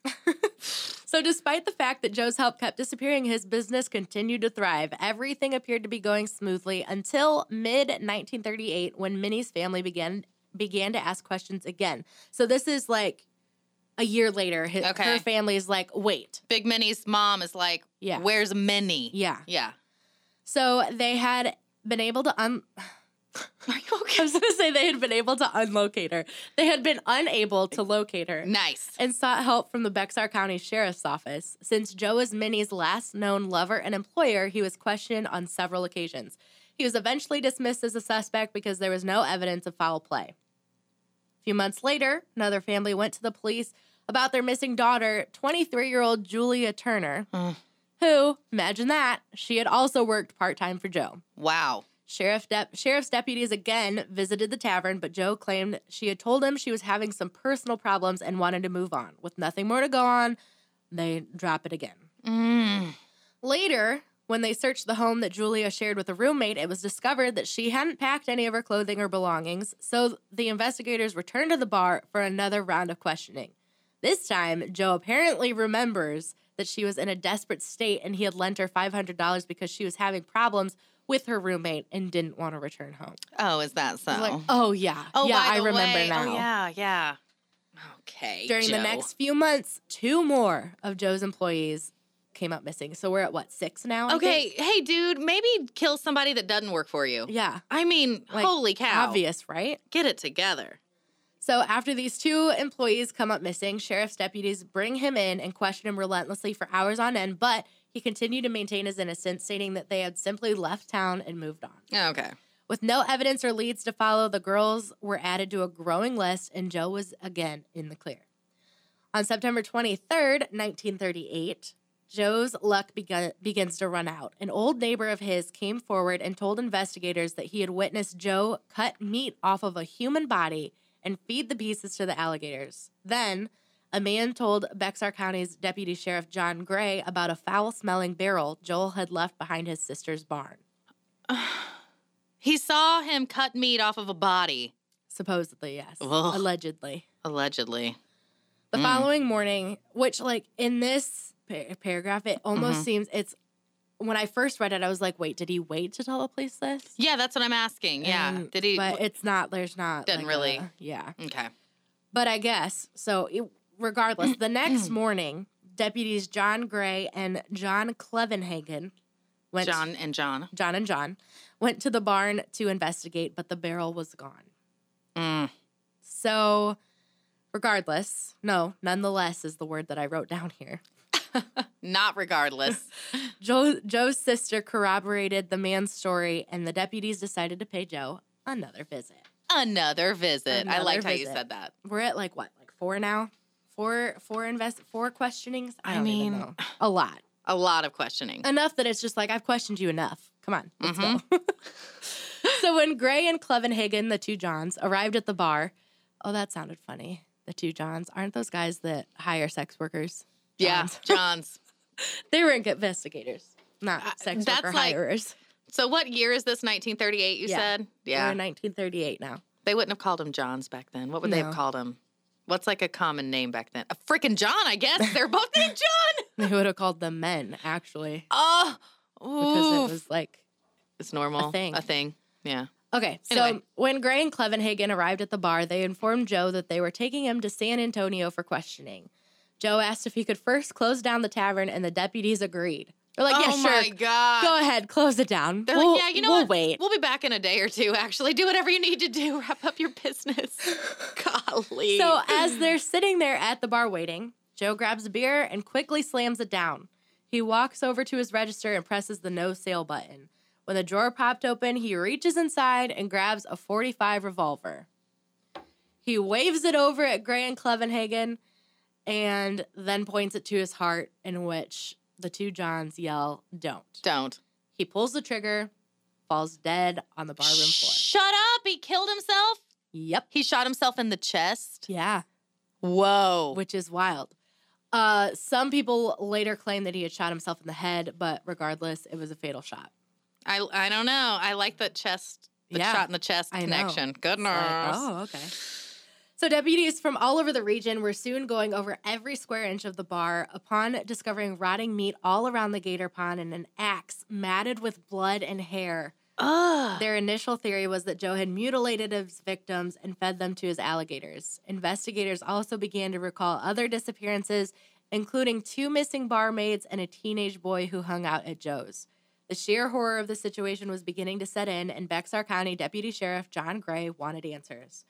[SPEAKER 2] So, despite the fact that Joe's help kept disappearing, his business continued to thrive. Everything appeared to be going smoothly until mid 1938 when Minnie's family began began to ask questions again. So, this is like a year later, his,
[SPEAKER 6] Okay.
[SPEAKER 2] her family's like, wait,
[SPEAKER 6] Big Minnie's mom is like,
[SPEAKER 2] Yeah.
[SPEAKER 6] where's Minnie?
[SPEAKER 2] yeah.
[SPEAKER 6] Yeah.
[SPEAKER 2] So they had been able to un.
[SPEAKER 6] Are you
[SPEAKER 2] I
[SPEAKER 6] okay?
[SPEAKER 2] was gonna say they had been able to unlocate her. They had been unable to locate her
[SPEAKER 6] Nice.
[SPEAKER 2] and sought help from the Bexar County Sheriff's Office. Since Joe was Minnie's last known lover and employer, he was questioned on several occasions. He was eventually dismissed as a suspect because there was no evidence of foul play. A few months later, another family went to the police about their missing daughter, 23 year old Julia Turner,
[SPEAKER 6] Mm.
[SPEAKER 2] who, imagine that, she had also worked part time for Joe.
[SPEAKER 6] Wow.
[SPEAKER 2] Sheriff de- sheriff's deputies again visited the tavern, but Joe claimed she had told him she was having some personal problems and wanted to move on. With nothing more to go on, they drop it again.
[SPEAKER 6] Mm.
[SPEAKER 2] Later, when they searched the home that Julia shared with a roommate, it was discovered that she hadn't packed any of her clothing or belongings, so the investigators returned to the bar for another round of questioning. This time, Joe apparently remembers that she was in a desperate state and he had lent her $500 because she was having problems with her roommate and didn't want to return home.
[SPEAKER 6] Oh, is that so?
[SPEAKER 2] I was like, oh yeah.
[SPEAKER 6] oh,
[SPEAKER 2] yeah,
[SPEAKER 6] by
[SPEAKER 2] I
[SPEAKER 6] the
[SPEAKER 2] remember
[SPEAKER 6] way.
[SPEAKER 2] now.
[SPEAKER 6] Oh, yeah, yeah. Okay.
[SPEAKER 2] During the
[SPEAKER 6] Joe.
[SPEAKER 2] next few months, two more of Joe's employees came up missing. So we're at what, six now? I
[SPEAKER 6] Okay.
[SPEAKER 2] think?
[SPEAKER 6] Hey, dude, maybe kill somebody that doesn't work for you.
[SPEAKER 2] Yeah.
[SPEAKER 6] I mean,
[SPEAKER 2] Like,
[SPEAKER 6] holy cow.
[SPEAKER 2] Obvious, right?
[SPEAKER 6] Get it together.
[SPEAKER 2] So after these two employees come up missing, sheriff's deputies bring him in and question him relentlessly for hours on end, but he continued to maintain his innocence, stating that they had simply left town and moved on.
[SPEAKER 6] Okay.
[SPEAKER 2] With no evidence or leads to follow, the girls were added to a growing list, and Joe was again in the clear. On September 23rd, 1938, Joe's luck begun, begins to run out. An old neighbor of his came forward and told investigators that he had witnessed Joe cut meat off of a human body and feed the pieces to the alligators. Then, a man told Bexar County's Deputy Sheriff John Gray about a foul smelling barrel Joel had left behind his sister's barn,
[SPEAKER 6] He saw him cut meat off of a body,
[SPEAKER 2] supposedly, yes,
[SPEAKER 6] Ugh.
[SPEAKER 2] allegedly.
[SPEAKER 6] allegedly.
[SPEAKER 2] The
[SPEAKER 6] Mm.
[SPEAKER 2] following morning, which like in this par- paragraph, it almost
[SPEAKER 6] Mm-hmm.
[SPEAKER 2] seems it's when I first read it, I was like, wait, did he wait to tell the police this?
[SPEAKER 6] Yeah, that's what I'm asking. Yeah.
[SPEAKER 2] And-
[SPEAKER 6] Did he?
[SPEAKER 2] But it's not. There's not.
[SPEAKER 6] Didn't really-
[SPEAKER 2] a- yeah.
[SPEAKER 6] okay.
[SPEAKER 2] But I guess so. It, regardless, the next morning, deputies John Gray and John Clevenhagen went.
[SPEAKER 6] John and John.
[SPEAKER 2] John and John went to the barn to investigate, but the barrel was gone.
[SPEAKER 6] Mm.
[SPEAKER 2] So, regardless, no, nonetheless is the word that I wrote down here.
[SPEAKER 6] Not regardless.
[SPEAKER 2] Joe, Joe's sister corroborated the man's story, and the deputies decided to pay Joe another visit.
[SPEAKER 6] Another visit. I
[SPEAKER 2] Another
[SPEAKER 6] liked how
[SPEAKER 2] visit.
[SPEAKER 6] you said that.
[SPEAKER 2] We're at like what, like four now? Four, four invest, four questionings. I
[SPEAKER 6] I
[SPEAKER 2] don't
[SPEAKER 6] mean-
[SPEAKER 2] even know. A lot,
[SPEAKER 6] A lot of questioning.
[SPEAKER 2] enough that it's just like I've questioned you enough. Come on, let's
[SPEAKER 6] Mhm.
[SPEAKER 2] go.
[SPEAKER 6] Mm-hmm.
[SPEAKER 2] so when Gray and Clevenhagen, the two Johns, arrived at the bar, oh, that sounded funny. The two Johns aren't those guys that hire sex workers?
[SPEAKER 6] yeah,
[SPEAKER 2] Johns.
[SPEAKER 6] John's.
[SPEAKER 2] They were investigators, not
[SPEAKER 6] I-
[SPEAKER 2] sex
[SPEAKER 6] Uh, that's
[SPEAKER 2] worker
[SPEAKER 6] like-
[SPEAKER 2] hirers.
[SPEAKER 6] So what year is this? 1938. You
[SPEAKER 2] Yeah.
[SPEAKER 6] said. Yeah.
[SPEAKER 2] We're in 1938 now.
[SPEAKER 6] They wouldn't have called him John's back then. What would they
[SPEAKER 2] No.
[SPEAKER 6] have called him? What's like a common name back then? A freaking John, I guess. They're both named John.
[SPEAKER 2] They would have called them men, actually,
[SPEAKER 6] Oh,
[SPEAKER 2] because
[SPEAKER 6] oof.
[SPEAKER 2] it was like.
[SPEAKER 6] it's normal.
[SPEAKER 2] a thing.
[SPEAKER 6] A thing. Yeah.
[SPEAKER 2] Okay, so
[SPEAKER 6] Anyway.
[SPEAKER 2] when Gray and Clevenhagen arrived at the bar, they informed Joe that they were taking him to San Antonio for questioning. Joe asked if he could first close down the tavern, and the deputies agreed. They're like,
[SPEAKER 6] oh
[SPEAKER 2] yeah, sure.
[SPEAKER 6] my god.
[SPEAKER 2] Go ahead, close it down.
[SPEAKER 6] They're
[SPEAKER 2] We'll-
[SPEAKER 6] like, yeah, you know
[SPEAKER 2] we'll
[SPEAKER 6] what?
[SPEAKER 2] wait.
[SPEAKER 6] We'll be back in a day or two. Actually, do whatever you need to do. Wrap up your business. Golly.
[SPEAKER 2] So uh, as they're sitting there at the bar waiting, Joe grabs a beer and quickly slams it down. He walks over to his register and presses the no sale button. When the drawer popped open, he reaches inside and grabs a 45 revolver. He waves it over at Gray and Clevenhagen and then points it to his heart, in which the two Johns yell, Don't.
[SPEAKER 6] don't.
[SPEAKER 2] He pulls the trigger, falls dead on the bar room floor.
[SPEAKER 6] Shut up. He killed himself.
[SPEAKER 2] Yep.
[SPEAKER 6] He shot himself in the chest.
[SPEAKER 2] Yeah.
[SPEAKER 6] Whoa.
[SPEAKER 2] which is wild. Uh, some people later claim that he had shot himself in the head, but regardless, it was a fatal shot.
[SPEAKER 6] I I don't know. I like the chest. The
[SPEAKER 2] Yeah,
[SPEAKER 6] shot in the chest
[SPEAKER 2] I know.
[SPEAKER 6] connection.
[SPEAKER 2] It's
[SPEAKER 6] Goodness.
[SPEAKER 2] like, oh, okay. So deputies from all over the region were soon going over every square inch of the bar upon discovering rotting meat all around the gator pond and an axe matted with blood and hair
[SPEAKER 6] Ugh.
[SPEAKER 2] Their initial theory was that Joe had mutilated his victims and fed them to his alligators. Investigators also began to recall other disappearances, including two missing barmaids and a teenage boy who hung out at Joe's. The sheer horror of the situation was beginning to set in, and Bexar County Deputy Sheriff John Gray wanted answers.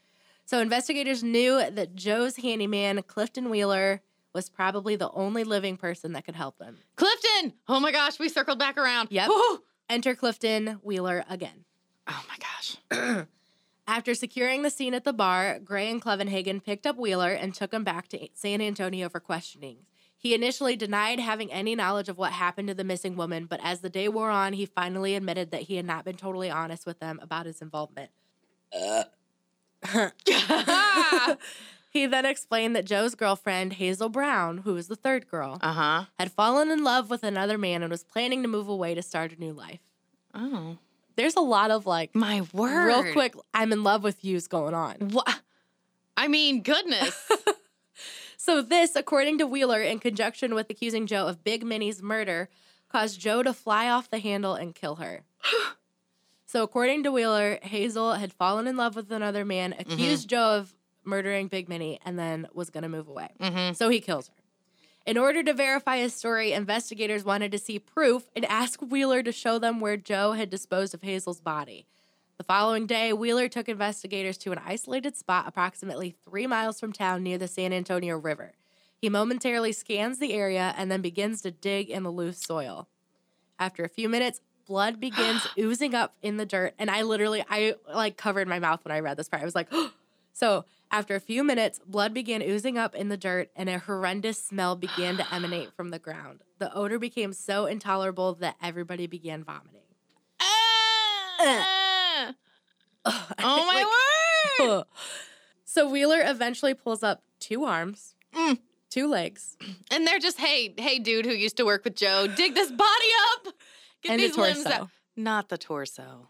[SPEAKER 2] So, investigators knew that Joe's handyman, Clifton Wheeler, was probably the only living person that could help them.
[SPEAKER 6] Clifton! Oh my gosh, we circled back around.
[SPEAKER 2] Yep.
[SPEAKER 6] Whew.
[SPEAKER 2] Enter Clifton Wheeler again.
[SPEAKER 6] Oh my gosh.
[SPEAKER 2] After securing the scene at the bar, Gray and Clevenhagen picked up Wheeler and took him back to San Antonio for questioning. He initially denied having any knowledge of what happened to the missing woman, but as the day wore on, he finally admitted that he had not been totally honest with them about his involvement. Uh-huh.
[SPEAKER 6] uh
[SPEAKER 2] He then explained that Joe's girlfriend, Hazel Brown, who was the third girl,
[SPEAKER 6] huh.
[SPEAKER 2] had fallen in love with another man and was planning to move away to start a new life.
[SPEAKER 6] Oh.
[SPEAKER 2] There's a lot of like,
[SPEAKER 6] My word.
[SPEAKER 2] real quick, I'm in love with yous going on.
[SPEAKER 6] What? I mean, goodness.
[SPEAKER 2] So, this, according to Wheeler, in conjunction with accusing Joe of Big Minnie's murder, caused Joe to fly off the handle and kill her. so, according to Wheeler, Hazel had fallen in love with another man, accused Joe of murdering Big Minnie, and then was going to move away.
[SPEAKER 6] Mhm.
[SPEAKER 2] So, he kills her. In order to verify his story, investigators wanted to see proof and asked Wheeler to show them where Joe had disposed of Hazel's body. The following day, Wheeler took investigators to an isolated spot approximately three miles from town near the San Antonio River. He momentarily scans the area and then begins to dig in the loose soil. After a few minutes, blood begins oozing up in the dirt, and I literally, I like covered my mouth when I read this part. I was like, so after a few minutes, blood began oozing up in the dirt, and a horrendous smell began to emanate from the ground. The odor became so intolerable that everybody began vomiting. Uh.
[SPEAKER 6] Ah. oh my
[SPEAKER 2] Like,
[SPEAKER 6] word.
[SPEAKER 2] Ugh. so Wheeler eventually pulls up two arms,
[SPEAKER 6] Mm.
[SPEAKER 2] two legs,
[SPEAKER 6] And they're just, hey, hey, dude who used to work with Joe, dig this body up. Get
[SPEAKER 2] and
[SPEAKER 6] these
[SPEAKER 2] a torso.
[SPEAKER 6] limbs out. Not the torso.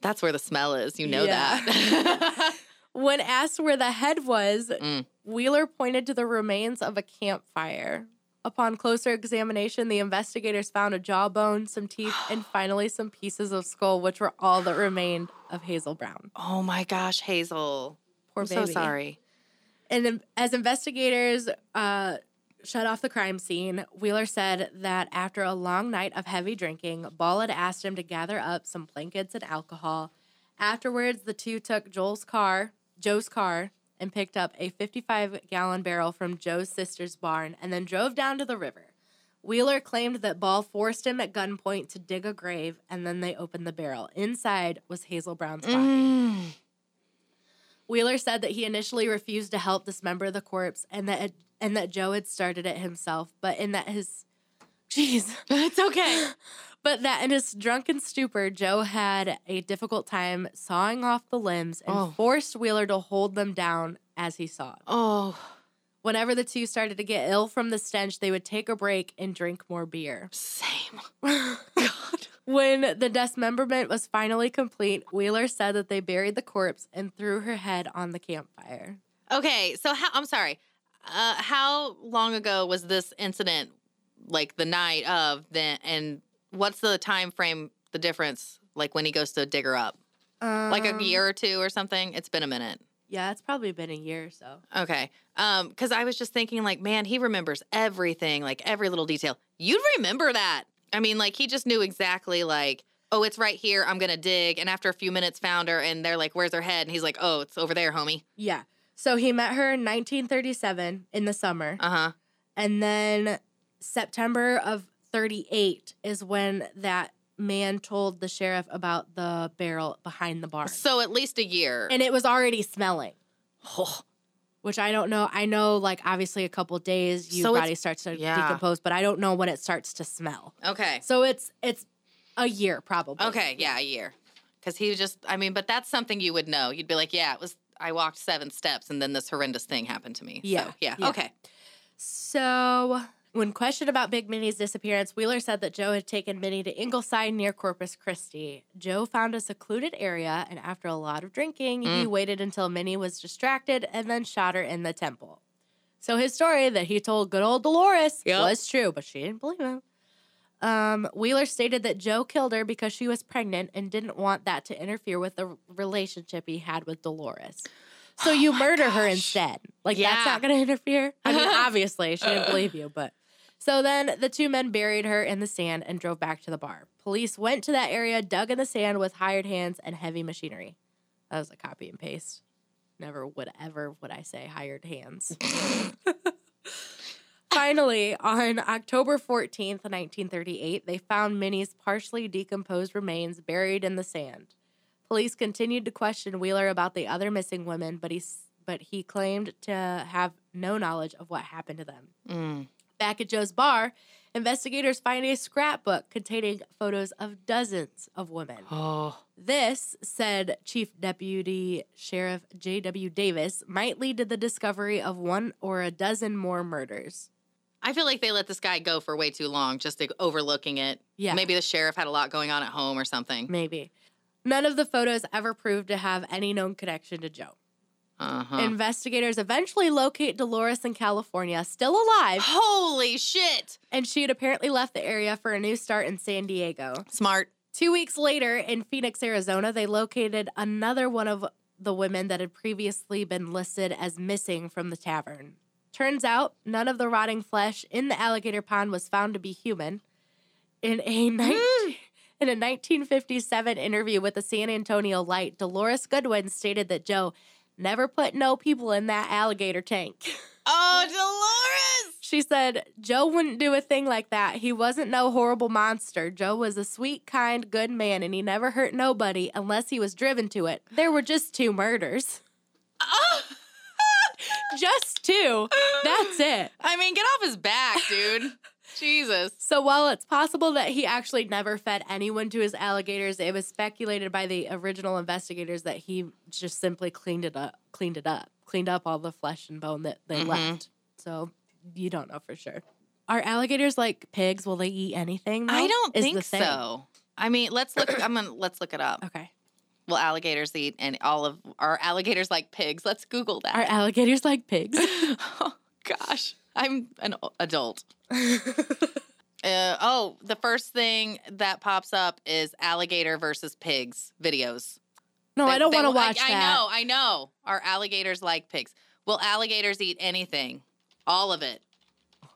[SPEAKER 6] That's where the smell is. You know
[SPEAKER 2] Yeah.
[SPEAKER 6] that.
[SPEAKER 2] When asked where the head was,
[SPEAKER 6] Mm.
[SPEAKER 2] Wheeler pointed to the remains of a campfire. Upon closer examination, the investigators found a jawbone, some teeth, and finally some pieces of skull, which were all that remained of Hazel Brown.
[SPEAKER 6] oh my gosh, Hazel.
[SPEAKER 2] Poor
[SPEAKER 6] I'm
[SPEAKER 2] baby.
[SPEAKER 6] so sorry.
[SPEAKER 2] And then as investigators uh, shut off the crime scene, Wheeler said that after a long night of heavy drinking, Ball had asked him to gather up some blankets and alcohol. Afterwards, the two took Joel's car, Joe's car, and picked up a 55 gallon barrel from Joe's sister's barn and then drove down to the river. Wheeler claimed that Ball forced him at gunpoint to dig a grave and then they opened the barrel. Inside was Hazel Brown's body. Mm-hmm. Wheeler said that he initially refused to help dismember the corpse and that and that Joe had started it himself, but in that his jeez,
[SPEAKER 6] It's okay.
[SPEAKER 2] but that in his drunken stupor, Joe had a difficult time sawing off the limbs and
[SPEAKER 6] Oh.
[SPEAKER 2] forced Wheeler to hold them down as he sawed.
[SPEAKER 6] Oh,
[SPEAKER 2] Whenever the two started to get ill from the stench, they would take a break and drink more beer.
[SPEAKER 6] same. God.
[SPEAKER 2] When the dismemberment was finally complete, Wheeler said that they buried the corpse and threw her head on the campfire.
[SPEAKER 6] Okay, so how, I'm sorry. Uh, how long ago was this incident? Like the night of then, and what's the time frame? The difference, like when he goes to dig her up, like
[SPEAKER 2] Um,
[SPEAKER 6] a year or two or something. It's been a minute.
[SPEAKER 2] Yeah, it's probably been a year or so.
[SPEAKER 6] Okay, um, because I was just thinking, like, man, he remembers everything, like every little detail. You'd remember that. I mean, like he just knew exactly, like, oh, it's right here. I'm gonna dig, and after a few minutes, found her, and they're like, "Where's her head?" And he's like, "Oh, it's over there, homie."
[SPEAKER 2] Yeah. So he met her in 1937 in the summer.
[SPEAKER 6] Uh huh.
[SPEAKER 2] And then September of 38 is when that man told the sheriff about the barrel behind the barn.
[SPEAKER 6] So at least a year.
[SPEAKER 2] and it was already smelling, which I don't know. I know, like, obviously, a couple days your
[SPEAKER 6] So it's-
[SPEAKER 2] body starts to
[SPEAKER 6] yeah.
[SPEAKER 2] decompose, but I don't know when it starts to smell.
[SPEAKER 6] Okay.
[SPEAKER 2] So it's, it's, a year probably.
[SPEAKER 6] Okay. Yeah, a year. Because he was just, I mean, but that's something you would know. You'd be like, yeah, it was, I walked seven steps and then this horrendous thing happened to me. So,
[SPEAKER 2] Yeah,
[SPEAKER 6] yeah.
[SPEAKER 2] yeah.
[SPEAKER 6] Okay.
[SPEAKER 2] So, when questioned about Big Minnie's disappearance, Wheeler said that Joe had taken Minnie to Ingleside near Corpus Christi. Joe found a secluded area, and after a lot of drinking, he waited until Minnie was distracted and then shot her in the temple. So, his story that he told good old Dolores
[SPEAKER 6] Yep.
[SPEAKER 2] was true, but she didn't believe him. Um, Wheeler stated that Joe killed her because she was pregnant and didn't want that to interfere with the relationship he had with Dolores. So you murder her instead. Like
[SPEAKER 6] Yeah.
[SPEAKER 2] that's not going to interfere. I mean, obviously she didn't believe you, but so then the two men buried her in the sand and drove back to the bar. Police went to that area, dug in the sand with hired hands and heavy machinery. That was a copy and paste. Never would ever would I say hired hands. Finally, on October 14th, 1938, they found Minnie's partially decomposed remains buried in the sand. Police continued to question Wheeler about the other missing women, but he s- but he claimed to have no knowledge of what happened to them.
[SPEAKER 6] Mm.
[SPEAKER 2] Back at Joe's bar, investigators find a scrapbook containing photos of dozens of women.
[SPEAKER 6] Oh.
[SPEAKER 2] This, said Chief Deputy Sheriff J.W. Davis, might lead to the discovery of one or a dozen more murders.
[SPEAKER 6] I feel like they let this guy go for way too long, just like, overlooking it.
[SPEAKER 2] Yeah.
[SPEAKER 6] Maybe the sheriff had a lot going on at home or something.
[SPEAKER 2] Maybe. None of the photos ever proved to have any known connection to Joe.
[SPEAKER 6] Uh huh.
[SPEAKER 2] Investigators eventually locate Dolores in California, still alive,
[SPEAKER 6] Holy shit!
[SPEAKER 2] and she had apparently left the area for a new start in San Diego.
[SPEAKER 6] Smart.
[SPEAKER 2] Two weeks later, in Phoenix, Arizona, they located another one of the women that had previously been listed as missing from the tavern. Turns out, none of the rotting flesh in the alligator pond was found to be human. In a, 19, in a 1957 interview with the San Antonio Light, Dolores Goodwin stated that Joe never put no people in that alligator tank.
[SPEAKER 6] Oh, Dolores!
[SPEAKER 2] She said, Joe wouldn't do a thing like that. He wasn't no horrible monster. Joe was a sweet, kind, good man, and he never hurt nobody unless he was driven to it. There were just two murders. just two. That's it.
[SPEAKER 6] I mean, get off his back, dude. Jesus.
[SPEAKER 2] So while it's possible that he actually never fed anyone to his alligators, it was speculated by the original investigators that he just simply cleaned it up, cleaned it up, cleaned up all the flesh and bone that
[SPEAKER 6] Mm-hmm.
[SPEAKER 2] they left. So you don't know for sure. Are alligators like pigs? Will they eat anything?
[SPEAKER 6] I
[SPEAKER 2] though?
[SPEAKER 6] don't
[SPEAKER 2] Is the
[SPEAKER 6] think
[SPEAKER 2] thing.
[SPEAKER 6] so. I mean, let's look. I'm gonna let's look it up.
[SPEAKER 2] Okay.
[SPEAKER 6] Will alligators eat? And all of are alligators like pigs? Let's Google
[SPEAKER 2] Are
[SPEAKER 6] that.
[SPEAKER 2] alligators like pigs?
[SPEAKER 6] oh gosh, I'm an o- adult. Uh, oh, the first thing that pops up is alligator versus pigs videos.
[SPEAKER 2] No,
[SPEAKER 6] They-
[SPEAKER 2] Oh, I don't
[SPEAKER 6] they
[SPEAKER 2] want to
[SPEAKER 6] will-
[SPEAKER 2] watch
[SPEAKER 6] I,
[SPEAKER 2] that.
[SPEAKER 6] I know, I know. Are alligators like pigs? Will alligators eat anything? All of it.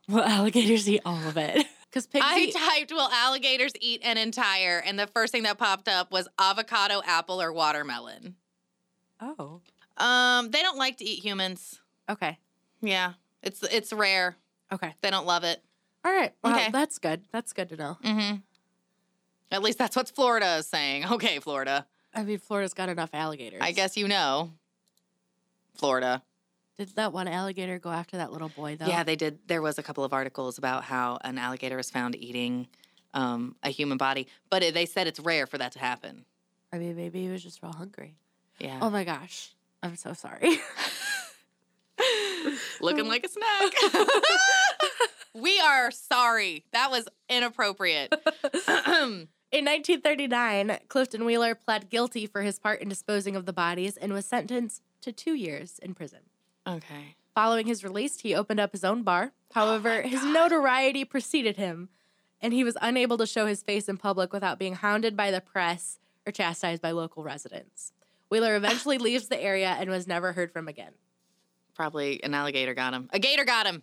[SPEAKER 2] Well, alligators eat all of it. Because pigs
[SPEAKER 6] I
[SPEAKER 2] eat.
[SPEAKER 6] typed, will alligators eat an entire? And the first thing that popped up was avocado, apple, or watermelon.
[SPEAKER 2] oh.
[SPEAKER 6] Um, they don't like to eat humans.
[SPEAKER 2] Okay.
[SPEAKER 6] Yeah. It's it's rare.
[SPEAKER 2] Okay.
[SPEAKER 6] They don't love it.
[SPEAKER 2] All right. Well,
[SPEAKER 6] Okay.
[SPEAKER 2] that's good. That's good to know.
[SPEAKER 6] Mm-hmm. At least that's what Florida is saying. Okay, Florida.
[SPEAKER 2] I mean, Florida's got enough alligators.
[SPEAKER 6] I guess you know. Florida.
[SPEAKER 2] Did that one alligator go after that little boy though?
[SPEAKER 6] Yeah, they did. There was a couple of articles about how an alligator was found eating um, a human body, but it, they said it's rare for that to happen.
[SPEAKER 2] I mean, maybe he was just real hungry.
[SPEAKER 6] Yeah.
[SPEAKER 2] Oh my gosh. I'm so sorry.
[SPEAKER 6] looking like a snack. we are sorry. That was inappropriate.
[SPEAKER 2] In 1939, Clifton Wheeler pled guilty for his part in disposing of the bodies and was sentenced to two years in prison.
[SPEAKER 6] okay.
[SPEAKER 2] Following his release, he opened up his own bar. However, his notoriety preceded him, and he was unable to show his face in public without being hounded by the press or chastised by local residents. Wheeler eventually leaves the area and was never heard from again.
[SPEAKER 6] Probably an alligator got him. A gator got him.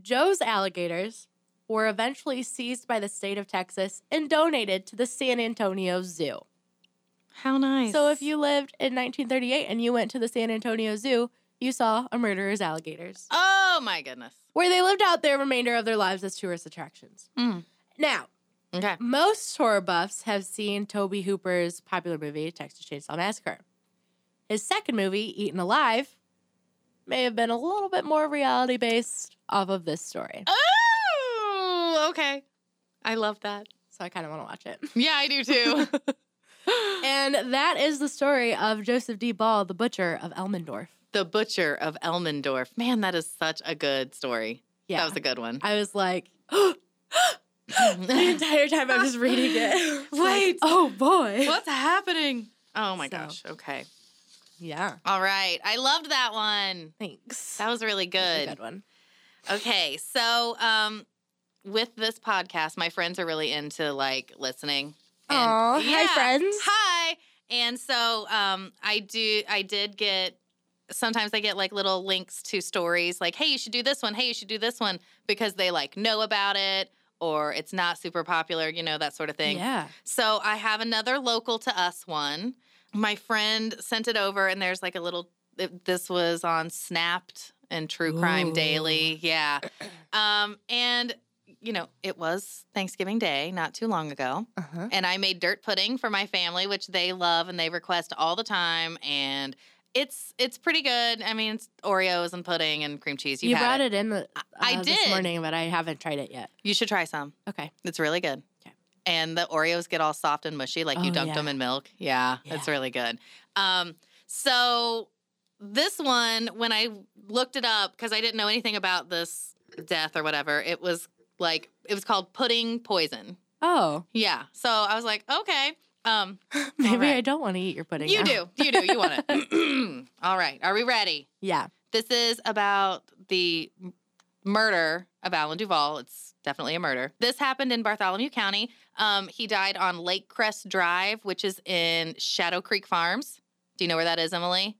[SPEAKER 2] Joe's alligators were eventually seized by the state of Texas and donated to the San Antonio Zoo.
[SPEAKER 6] How nice.
[SPEAKER 2] So if you lived in 1938 and you went to the San Antonio Zoo, you saw a murderer's alligators,
[SPEAKER 6] Oh my goodness.
[SPEAKER 2] where they lived out their remainder of their lives as tourist attractions.
[SPEAKER 6] Mm.
[SPEAKER 2] Now,
[SPEAKER 6] Okay.
[SPEAKER 2] most horror buffs have seen Toby Hooper's popular movie, Texas Chainsaw Massacre. His second movie, Eaten Alive, may have been a little bit more reality based off of this story.
[SPEAKER 6] Oh, okay. I love that.
[SPEAKER 2] So I kind of want to watch it.
[SPEAKER 6] Yeah, I do too.
[SPEAKER 2] And that is the story of Joseph D. Ball, the butcher of Elmendorf.
[SPEAKER 6] the Butcher of Elmendorf. Man, that is such a good story.
[SPEAKER 2] Yeah.
[SPEAKER 6] That was a good one.
[SPEAKER 2] I was like, the entire time I'm just reading it. It's like,
[SPEAKER 6] Wait.
[SPEAKER 2] oh boy.
[SPEAKER 6] What's happening? Oh my
[SPEAKER 2] So.
[SPEAKER 6] gosh. Okay.
[SPEAKER 2] Yeah.
[SPEAKER 6] All right. I loved that one.
[SPEAKER 2] Thanks.
[SPEAKER 6] That was really
[SPEAKER 2] That was a
[SPEAKER 6] good.
[SPEAKER 2] good one.
[SPEAKER 6] Okay, so um, with this podcast, my friends are really into like listening. And-
[SPEAKER 2] Aw, hi,
[SPEAKER 6] Yeah.
[SPEAKER 2] friends.
[SPEAKER 6] Hi. And so um, I do. I did get. Sometimes I get like little links to stories, like, "Hey, you should do this one. Hey, you should do this one," because they like know about it or it's not super popular, you know, that sort of thing.
[SPEAKER 2] Yeah.
[SPEAKER 6] So I have another local to us one. My friend sent it over, and there's like a little. it- This was on Snapped and True Crime
[SPEAKER 2] Ooh.
[SPEAKER 6] Daily. Yeah. Um, and, you know, it was Thanksgiving Day not too long ago.
[SPEAKER 2] Uh-huh.
[SPEAKER 6] And I made dirt pudding for my family, which they love and they request all the time. And it's it's pretty good. I mean, it's Oreos and pudding and cream cheese. You've
[SPEAKER 2] You
[SPEAKER 6] had
[SPEAKER 2] brought it, in the, uh,
[SPEAKER 6] I
[SPEAKER 2] this
[SPEAKER 6] did.
[SPEAKER 2] morning, but I haven't tried it yet.
[SPEAKER 6] You should try some.
[SPEAKER 2] Okay.
[SPEAKER 6] It's really good.
[SPEAKER 2] Okay.
[SPEAKER 6] And the Oreos get all soft and mushy, like you
[SPEAKER 2] Oh,
[SPEAKER 6] dunked them
[SPEAKER 2] yeah.
[SPEAKER 6] in milk. Yeah, it's
[SPEAKER 2] Yeah.
[SPEAKER 6] really good. Um, so this one, when I looked it up, because I didn't know anything about this death or whatever, it was like it was called pudding poison.
[SPEAKER 2] Oh,
[SPEAKER 6] Yeah. So I was like, okay. Um,
[SPEAKER 2] maybe
[SPEAKER 6] right.
[SPEAKER 2] I don't want to eat your pudding. now.
[SPEAKER 6] you do, you do, you want it. all right. Are we ready?
[SPEAKER 2] Yeah.
[SPEAKER 6] This is about the m- murder of Alan Duval. It's definitely a murder. This happened in Bartholomew County. Um, he died on Lake Crest Drive, which is in Shadow Creek Farms. Do you know where that is, Emily?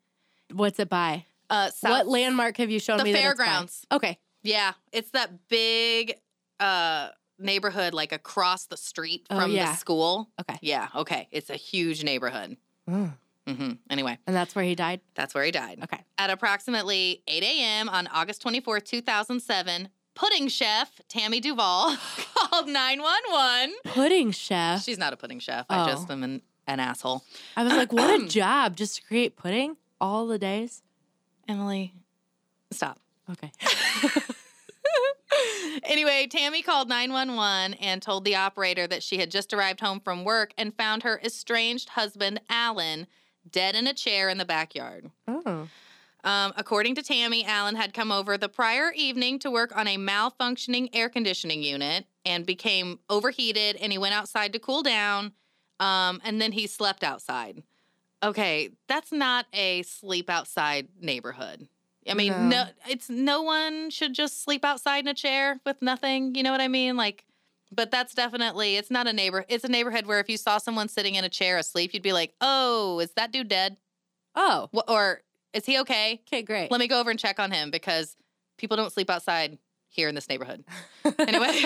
[SPEAKER 2] What's it by?
[SPEAKER 6] Uh, south-
[SPEAKER 2] what landmark have you shown
[SPEAKER 6] The
[SPEAKER 2] me? that it's by?
[SPEAKER 6] fairgrounds.
[SPEAKER 2] Okay.
[SPEAKER 6] Yeah, it's that big uh, neighborhood, like across the street
[SPEAKER 2] Oh,
[SPEAKER 6] from
[SPEAKER 2] yeah.
[SPEAKER 6] the school.
[SPEAKER 2] Okay.
[SPEAKER 6] Yeah. Okay. It's a huge neighborhood.
[SPEAKER 2] Mm.
[SPEAKER 6] hmm Anyway,
[SPEAKER 2] And that's where he died.
[SPEAKER 6] that's where he died.
[SPEAKER 2] Okay.
[SPEAKER 6] At approximately 8 a.m. on August 24, 2007, pudding chef Tammy Duval called 911.
[SPEAKER 2] Pudding chef.
[SPEAKER 6] She's not a pudding chef.
[SPEAKER 2] Uh. Oh.
[SPEAKER 6] I just am an, an asshole.
[SPEAKER 2] I was like, what a job just to create pudding all the days.
[SPEAKER 6] Emily, stop.
[SPEAKER 2] Okay.
[SPEAKER 6] anyway, Tammy called 911 and told the operator that she had just arrived home from work and found her estranged husband, Alan, dead in a chair in the backyard.
[SPEAKER 2] Oh.
[SPEAKER 6] Um, according to Tammy, Allen had come over the prior evening to work on a malfunctioning air conditioning unit and became overheated, and he went outside to cool down, um, and then he slept outside. Okay, that's not a sleep outside neighborhood. I mean,
[SPEAKER 2] No.
[SPEAKER 6] no. it's no one should just sleep outside in a chair with nothing. You know what I mean? Like, but that's definitely it's not a neighbor. It's a neighborhood where if you saw someone sitting in a chair asleep, you'd be like, "Oh, is that dude dead?
[SPEAKER 2] Oh.
[SPEAKER 6] Wh- Or is he okay?"
[SPEAKER 2] Okay, great.
[SPEAKER 6] Let me go over and check on him because people don't sleep outside here in this neighborhood. Anyway,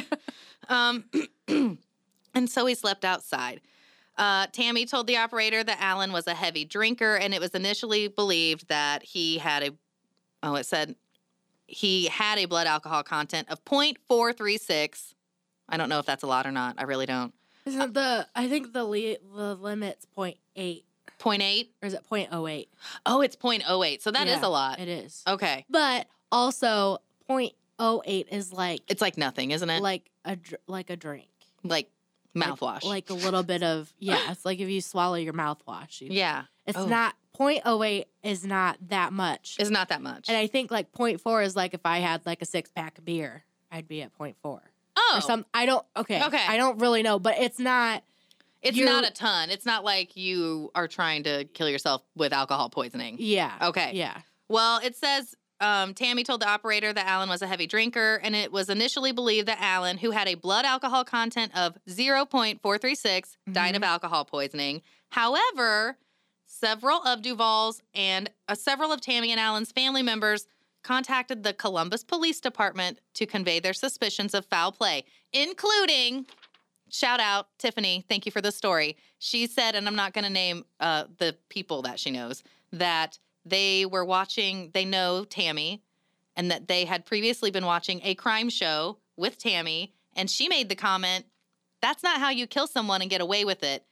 [SPEAKER 6] um, and so he slept outside. Uh, Tammy told the operator that Alan was a heavy drinker, and it was initially believed that he had a, oh, it said he had a blood alcohol content of 0.436. I don't know if that's a lot or not. I really don't.
[SPEAKER 2] Isn't the I think the le- the limit's 0.8
[SPEAKER 6] 0.8?
[SPEAKER 2] or is it 0.08?
[SPEAKER 6] Oh, it's 0.08. So that is
[SPEAKER 2] Yeah,
[SPEAKER 6] a lot.
[SPEAKER 2] It is.
[SPEAKER 6] Okay.
[SPEAKER 2] But also 0.08 is like
[SPEAKER 6] It's like nothing, isn't it? Like,
[SPEAKER 2] like a dr- like a drink. Like-
[SPEAKER 6] mouthwash.
[SPEAKER 2] Like, a little bit of yeah, it's like if you swallow your mouthwash. You,
[SPEAKER 6] yeah.
[SPEAKER 2] It's
[SPEAKER 6] Oh.
[SPEAKER 2] not 0.08 is not that much.
[SPEAKER 6] It's not that much.
[SPEAKER 2] and I think like 0.4 is like if I had like a six pack of beer, I'd be at 0.4
[SPEAKER 6] oh,
[SPEAKER 2] or some. I don't okay.
[SPEAKER 6] Okay.
[SPEAKER 2] I don't really know, but it's not
[SPEAKER 6] It's
[SPEAKER 2] You're-
[SPEAKER 6] not a ton. It's not like you are trying to kill yourself with alcohol poisoning.
[SPEAKER 2] yeah.
[SPEAKER 6] Okay.
[SPEAKER 2] Yeah.
[SPEAKER 6] Well, it says um, Tammy told the operator that Alan was a heavy drinker, and it was initially believed that Alan, who had a blood alcohol content of 0.436, died of alcohol poisoning. However, several of Duval's and uh, several of Tammy and Alan's family members contacted the Columbus Police Department to convey their suspicions of foul play, including. Shout out Tiffany, thank you for the story. She said, and I'm not going to name uh, the people that she knows, that they were watching, they know Tammy, and that they had previously been watching a crime show with Tammy. And she made the comment, that's not how you kill someone and get away with it.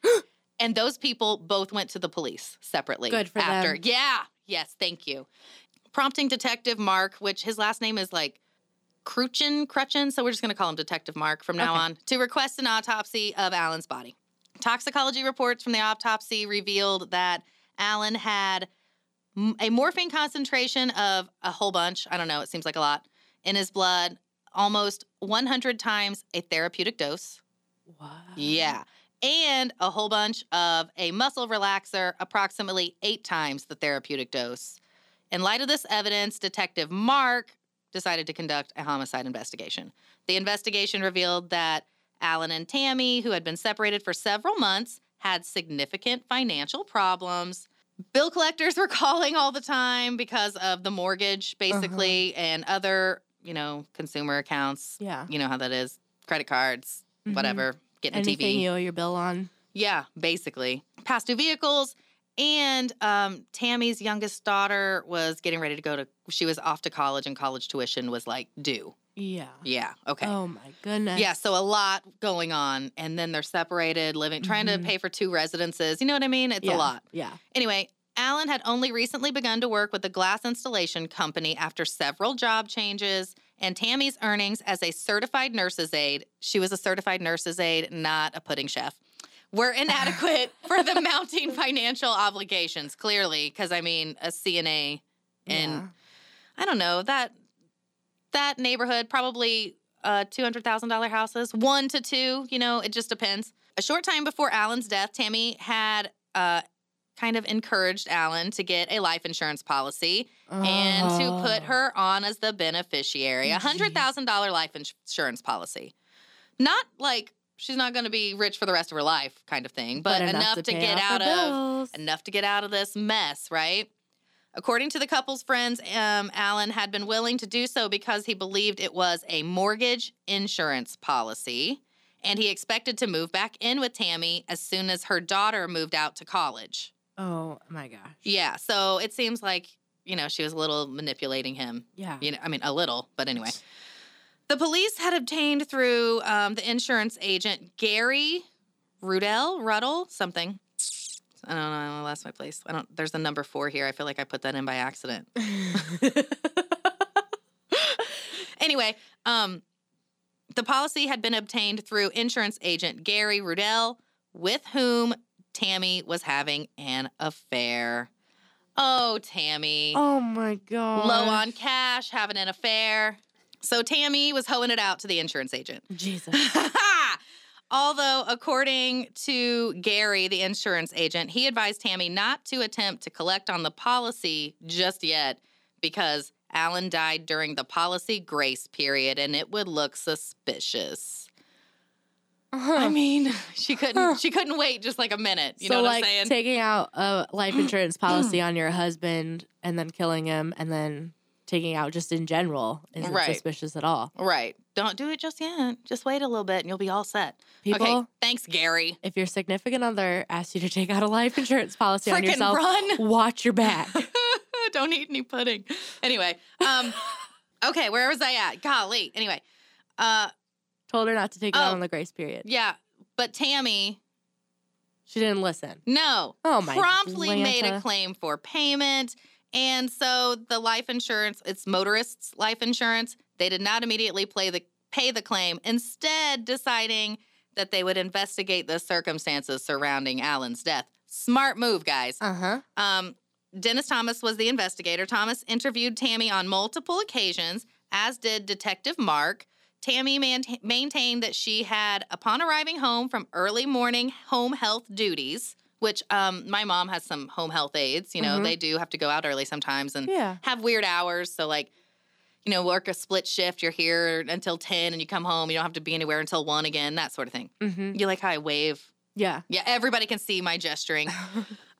[SPEAKER 6] and those people both went to the police separately.
[SPEAKER 2] Good for
[SPEAKER 6] after.
[SPEAKER 2] them.
[SPEAKER 6] Yeah. Yes. Thank you. Prompting Detective Mark, which his last name is like Cruchin, Crutchin. So we're just going to call him Detective Mark from now
[SPEAKER 2] Okay.
[SPEAKER 6] on to request an autopsy of Alan's body. Toxicology reports from the autopsy revealed that Alan had m- a morphine concentration of a whole bunch. I don't know. It seems like a lot in his blood, almost 100 times a therapeutic dose.
[SPEAKER 2] What?
[SPEAKER 6] Yeah. And a whole bunch of a muscle relaxer, approximately eight times the therapeutic dose. In light of this evidence, Detective Mark decided to conduct a homicide investigation. The investigation revealed that Alan and Tammy, who had been separated for several months, had significant financial problems. Bill collectors were calling all the time because of the mortgage, basically, and other, you know, consumer accounts.
[SPEAKER 2] Yeah.
[SPEAKER 6] You know how that is credit cards,
[SPEAKER 2] Mhm.
[SPEAKER 6] whatever, getting a TV.
[SPEAKER 2] Anything you owe your bill on.
[SPEAKER 6] Yeah, basically. Past due vehicles. And um, Tammy's youngest daughter was getting ready to go to, she was off to college and college tuition was like due.
[SPEAKER 2] Yeah.
[SPEAKER 6] Yeah. Okay.
[SPEAKER 2] Oh my goodness.
[SPEAKER 6] Yeah. So a lot going on. And then they're separated, living, trying
[SPEAKER 2] Mhm.
[SPEAKER 6] to pay for two residences. You know what I mean? It's
[SPEAKER 2] Yeah.
[SPEAKER 6] a lot.
[SPEAKER 2] Yeah.
[SPEAKER 6] Anyway, Alan had only recently begun to work with a glass installation company after several job changes. And Tammy's earnings as a certified nurse's aide, she was a certified nurse's aide, not a pudding chef, were inadequate for the mounting financial obligations, clearly. Because, I mean, a CNA in,
[SPEAKER 2] Yeah.
[SPEAKER 6] I don't know, that that neighborhood probably uh, $200,000 houses, one to two, you know, it just depends. A short time before Alan's death, Tammy had uh, kind of encouraged Alan to get a life insurance policy and to put
[SPEAKER 2] Oh.
[SPEAKER 6] her on as the beneficiary. A $100,000 life ins- insurance policy. Not like she's not going to be rich for the rest of her life kind of thing, but, enough, to,
[SPEAKER 2] pay
[SPEAKER 6] get
[SPEAKER 2] off
[SPEAKER 6] out
[SPEAKER 2] her
[SPEAKER 6] of
[SPEAKER 2] bills.
[SPEAKER 6] enough to get out of this mess, right? According to the couple's friends, um, Alan had been willing to do so because he believed it was a mortgage insurance policy, and he expected to move back in with Tammy as soon as her daughter moved out to college.
[SPEAKER 2] Oh my gosh.
[SPEAKER 6] Yeah, so it seems like you know she was a little manipulating him.
[SPEAKER 2] Yeah.
[SPEAKER 6] You know, I mean, a little, but anyway. The police had obtained through um, the insurance agent Gary Rudell, Ruddle, something. I don't know. I lost my place. I don't. There's a number four here. I feel like I put that in by accident. anyway, um, the policy had been obtained through insurance agent Gary Rudell, with whom Tammy was having an affair. Oh, Tammy
[SPEAKER 2] Oh my god.
[SPEAKER 6] low on cash, having an affair. So Tammy was hoeing it out to the insurance agent.
[SPEAKER 2] Jesus.
[SPEAKER 6] Although, according to Gary, the insurance agent, he advised Tammy not to attempt to collect on the policy just yet because Alan died during the policy grace period and it would look suspicious. I mean, she couldn't she couldn't wait just like a minute. You
[SPEAKER 2] so
[SPEAKER 6] know what
[SPEAKER 2] like
[SPEAKER 6] I'm saying?
[SPEAKER 2] taking out a life insurance policy on your husband and then killing him and then taking out just in general isn't
[SPEAKER 6] Right.
[SPEAKER 2] suspicious at all.
[SPEAKER 6] right. Don't do it just yet. Just wait a little bit and you'll be all set.
[SPEAKER 2] People,
[SPEAKER 6] Okay. Thanks, Gary.
[SPEAKER 2] if your significant other asks you to take out a life insurance policy on
[SPEAKER 6] Frickin'
[SPEAKER 2] yourself,
[SPEAKER 6] run.
[SPEAKER 2] watch your back.
[SPEAKER 6] Don't eat any pudding. Anyway, um, okay, where was I at? Golly. Anyway, uh,
[SPEAKER 2] Told her not to take it out
[SPEAKER 6] Oh.
[SPEAKER 2] on the grace period.
[SPEAKER 6] yeah, but Tammy,
[SPEAKER 2] She didn't listen.
[SPEAKER 6] no,
[SPEAKER 2] Oh my
[SPEAKER 6] promptly made a
[SPEAKER 2] Lanta.
[SPEAKER 6] claim for payment, and so the life insurance, it's motorists' life insurance. They did not immediately play the pay the claim. Instead, deciding that they would investigate the circumstances surrounding Alan's death. Smart move, guys.
[SPEAKER 2] Uh huh.
[SPEAKER 6] Um, Dennis Thomas was the investigator. Thomas interviewed Tammy on multiple occasions, as did Detective Mark. Tammy man- maintained that she had, upon arriving home from early morning home health duties, which um, my mom has some home health aides. You know,
[SPEAKER 2] Mhm.
[SPEAKER 6] they do have to go out early sometimes and
[SPEAKER 2] Yeah.
[SPEAKER 6] have weird hours. So, like, you know, work a split shift. You're here until 10 and you come home. You don't have to be anywhere until 1 again, that sort of thing.
[SPEAKER 2] Mm-hmm.
[SPEAKER 6] You like how I wave
[SPEAKER 2] Yeah.
[SPEAKER 6] yeah, everybody can see my gesturing.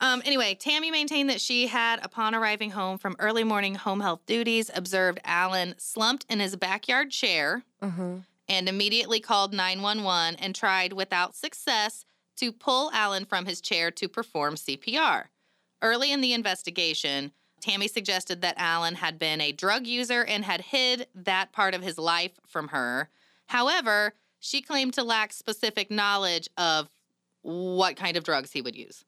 [SPEAKER 6] um, anyway, Tammy maintained that she had, upon arriving home from early morning home health duties, observed Alan slumped in his backyard chair
[SPEAKER 2] Uh huh.
[SPEAKER 6] and immediately called 911 and tried without success to pull Alan from his chair to perform CPR. Early in the investigation, Tammy suggested that Alan had been a drug user and had hid that part of his life from her. However, she claimed to lack specific knowledge of what kind of drugs he would use.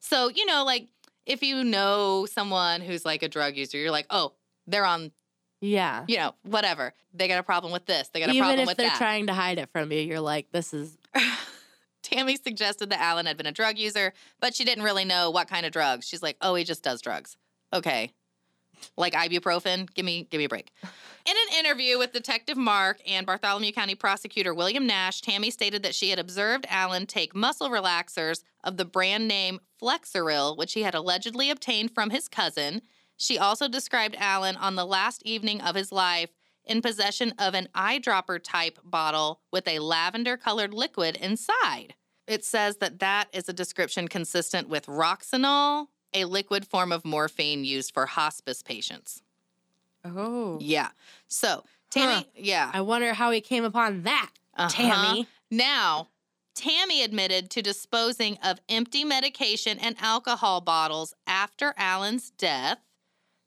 [SPEAKER 6] So, you know, like if you know someone who's like a drug user, you're like, oh, they're on,
[SPEAKER 2] Yeah.
[SPEAKER 6] you know, whatever. They got a problem with this. They got a
[SPEAKER 2] Even
[SPEAKER 6] problem
[SPEAKER 2] if
[SPEAKER 6] with
[SPEAKER 2] they're
[SPEAKER 6] that.
[SPEAKER 2] trying to hide it from you, you're like, this is
[SPEAKER 6] Tammy suggested that Alan had been a drug user, but she didn't really know what kind of drugs. She's like, "Oh, he just does drugs." Okay. Like ibuprofen, give me give me a break. In an interview with Detective Mark and Bartholomew County prosecutor William Nash, Tammy stated that she had observed Allen take muscle relaxers of the brand name Flexeril, which he had allegedly obtained from his cousin. She also described Alan on the last evening of his life in possession of an eyedropper type bottle with a lavender colored liquid inside. It says that that is a description consistent with Roxanol, a liquid form of morphine used for hospice patients.
[SPEAKER 2] Oh.
[SPEAKER 6] Yeah. So, Tammy,
[SPEAKER 2] Huh.
[SPEAKER 6] yeah.
[SPEAKER 2] I wonder how he came upon that,
[SPEAKER 6] Uh-huh.
[SPEAKER 2] Tammy.
[SPEAKER 6] Now, Tammy admitted to disposing of empty medication and alcohol bottles after Alan's death.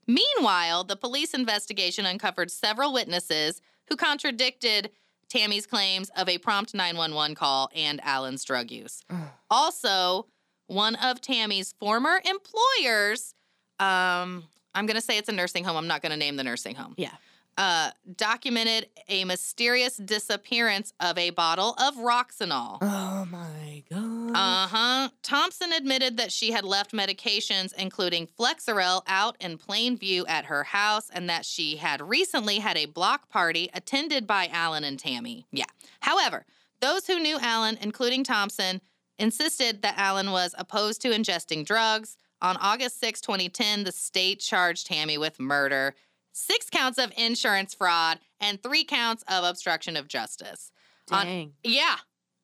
[SPEAKER 6] Meanwhile, the police investigation uncovered several witnesses who contradicted Tammy's claims of a prompt 911 call and Alan's drug use.
[SPEAKER 2] Oh,
[SPEAKER 6] also, one of Tammy's former employers, um, I'm going to say it's a nursing home. I'm not going to name the nursing home
[SPEAKER 2] Yeah.
[SPEAKER 6] uh, documented a mysterious disappearance of a bottle of Roxanol.
[SPEAKER 2] Oh my god.
[SPEAKER 6] Uh huh. Thompson admitted that she had left medications, including Flexeril, out in plain view at her house and that she had recently had a block party attended by Alan and Tammy. Yeah. However, those who knew Alan, including Thompson, insisted that Alan was opposed to ingesting drugs. On August 6, 2010, the state charged Tammy with murder, six counts of insurance fraud, and three counts of obstruction of justice. on-
[SPEAKER 2] Dang.
[SPEAKER 6] Yeah.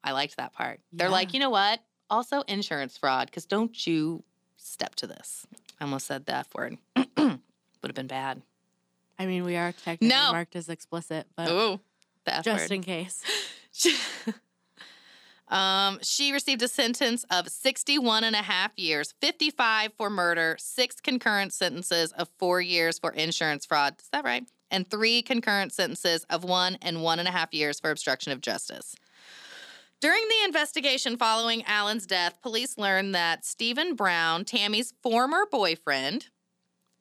[SPEAKER 6] I liked that part. They're like,
[SPEAKER 2] Yeah.
[SPEAKER 6] you know what? Also insurance fraud, because don't you step to this. I almost said the F word. Would have been bad.
[SPEAKER 2] I mean, we are technically
[SPEAKER 6] No.
[SPEAKER 2] marked as explicit, but
[SPEAKER 6] Ooh. The F
[SPEAKER 2] just
[SPEAKER 6] word.
[SPEAKER 2] in case.
[SPEAKER 6] um, she received a sentence of 61 and a half years, 55 for murder, six concurrent sentences of four years for insurance fraud. Is that right? And three concurrent sentences of one and one and a half years for obstruction of justice. During the investigation following Allen's death, police learned that Stephen Brown, Tammy's former boyfriend,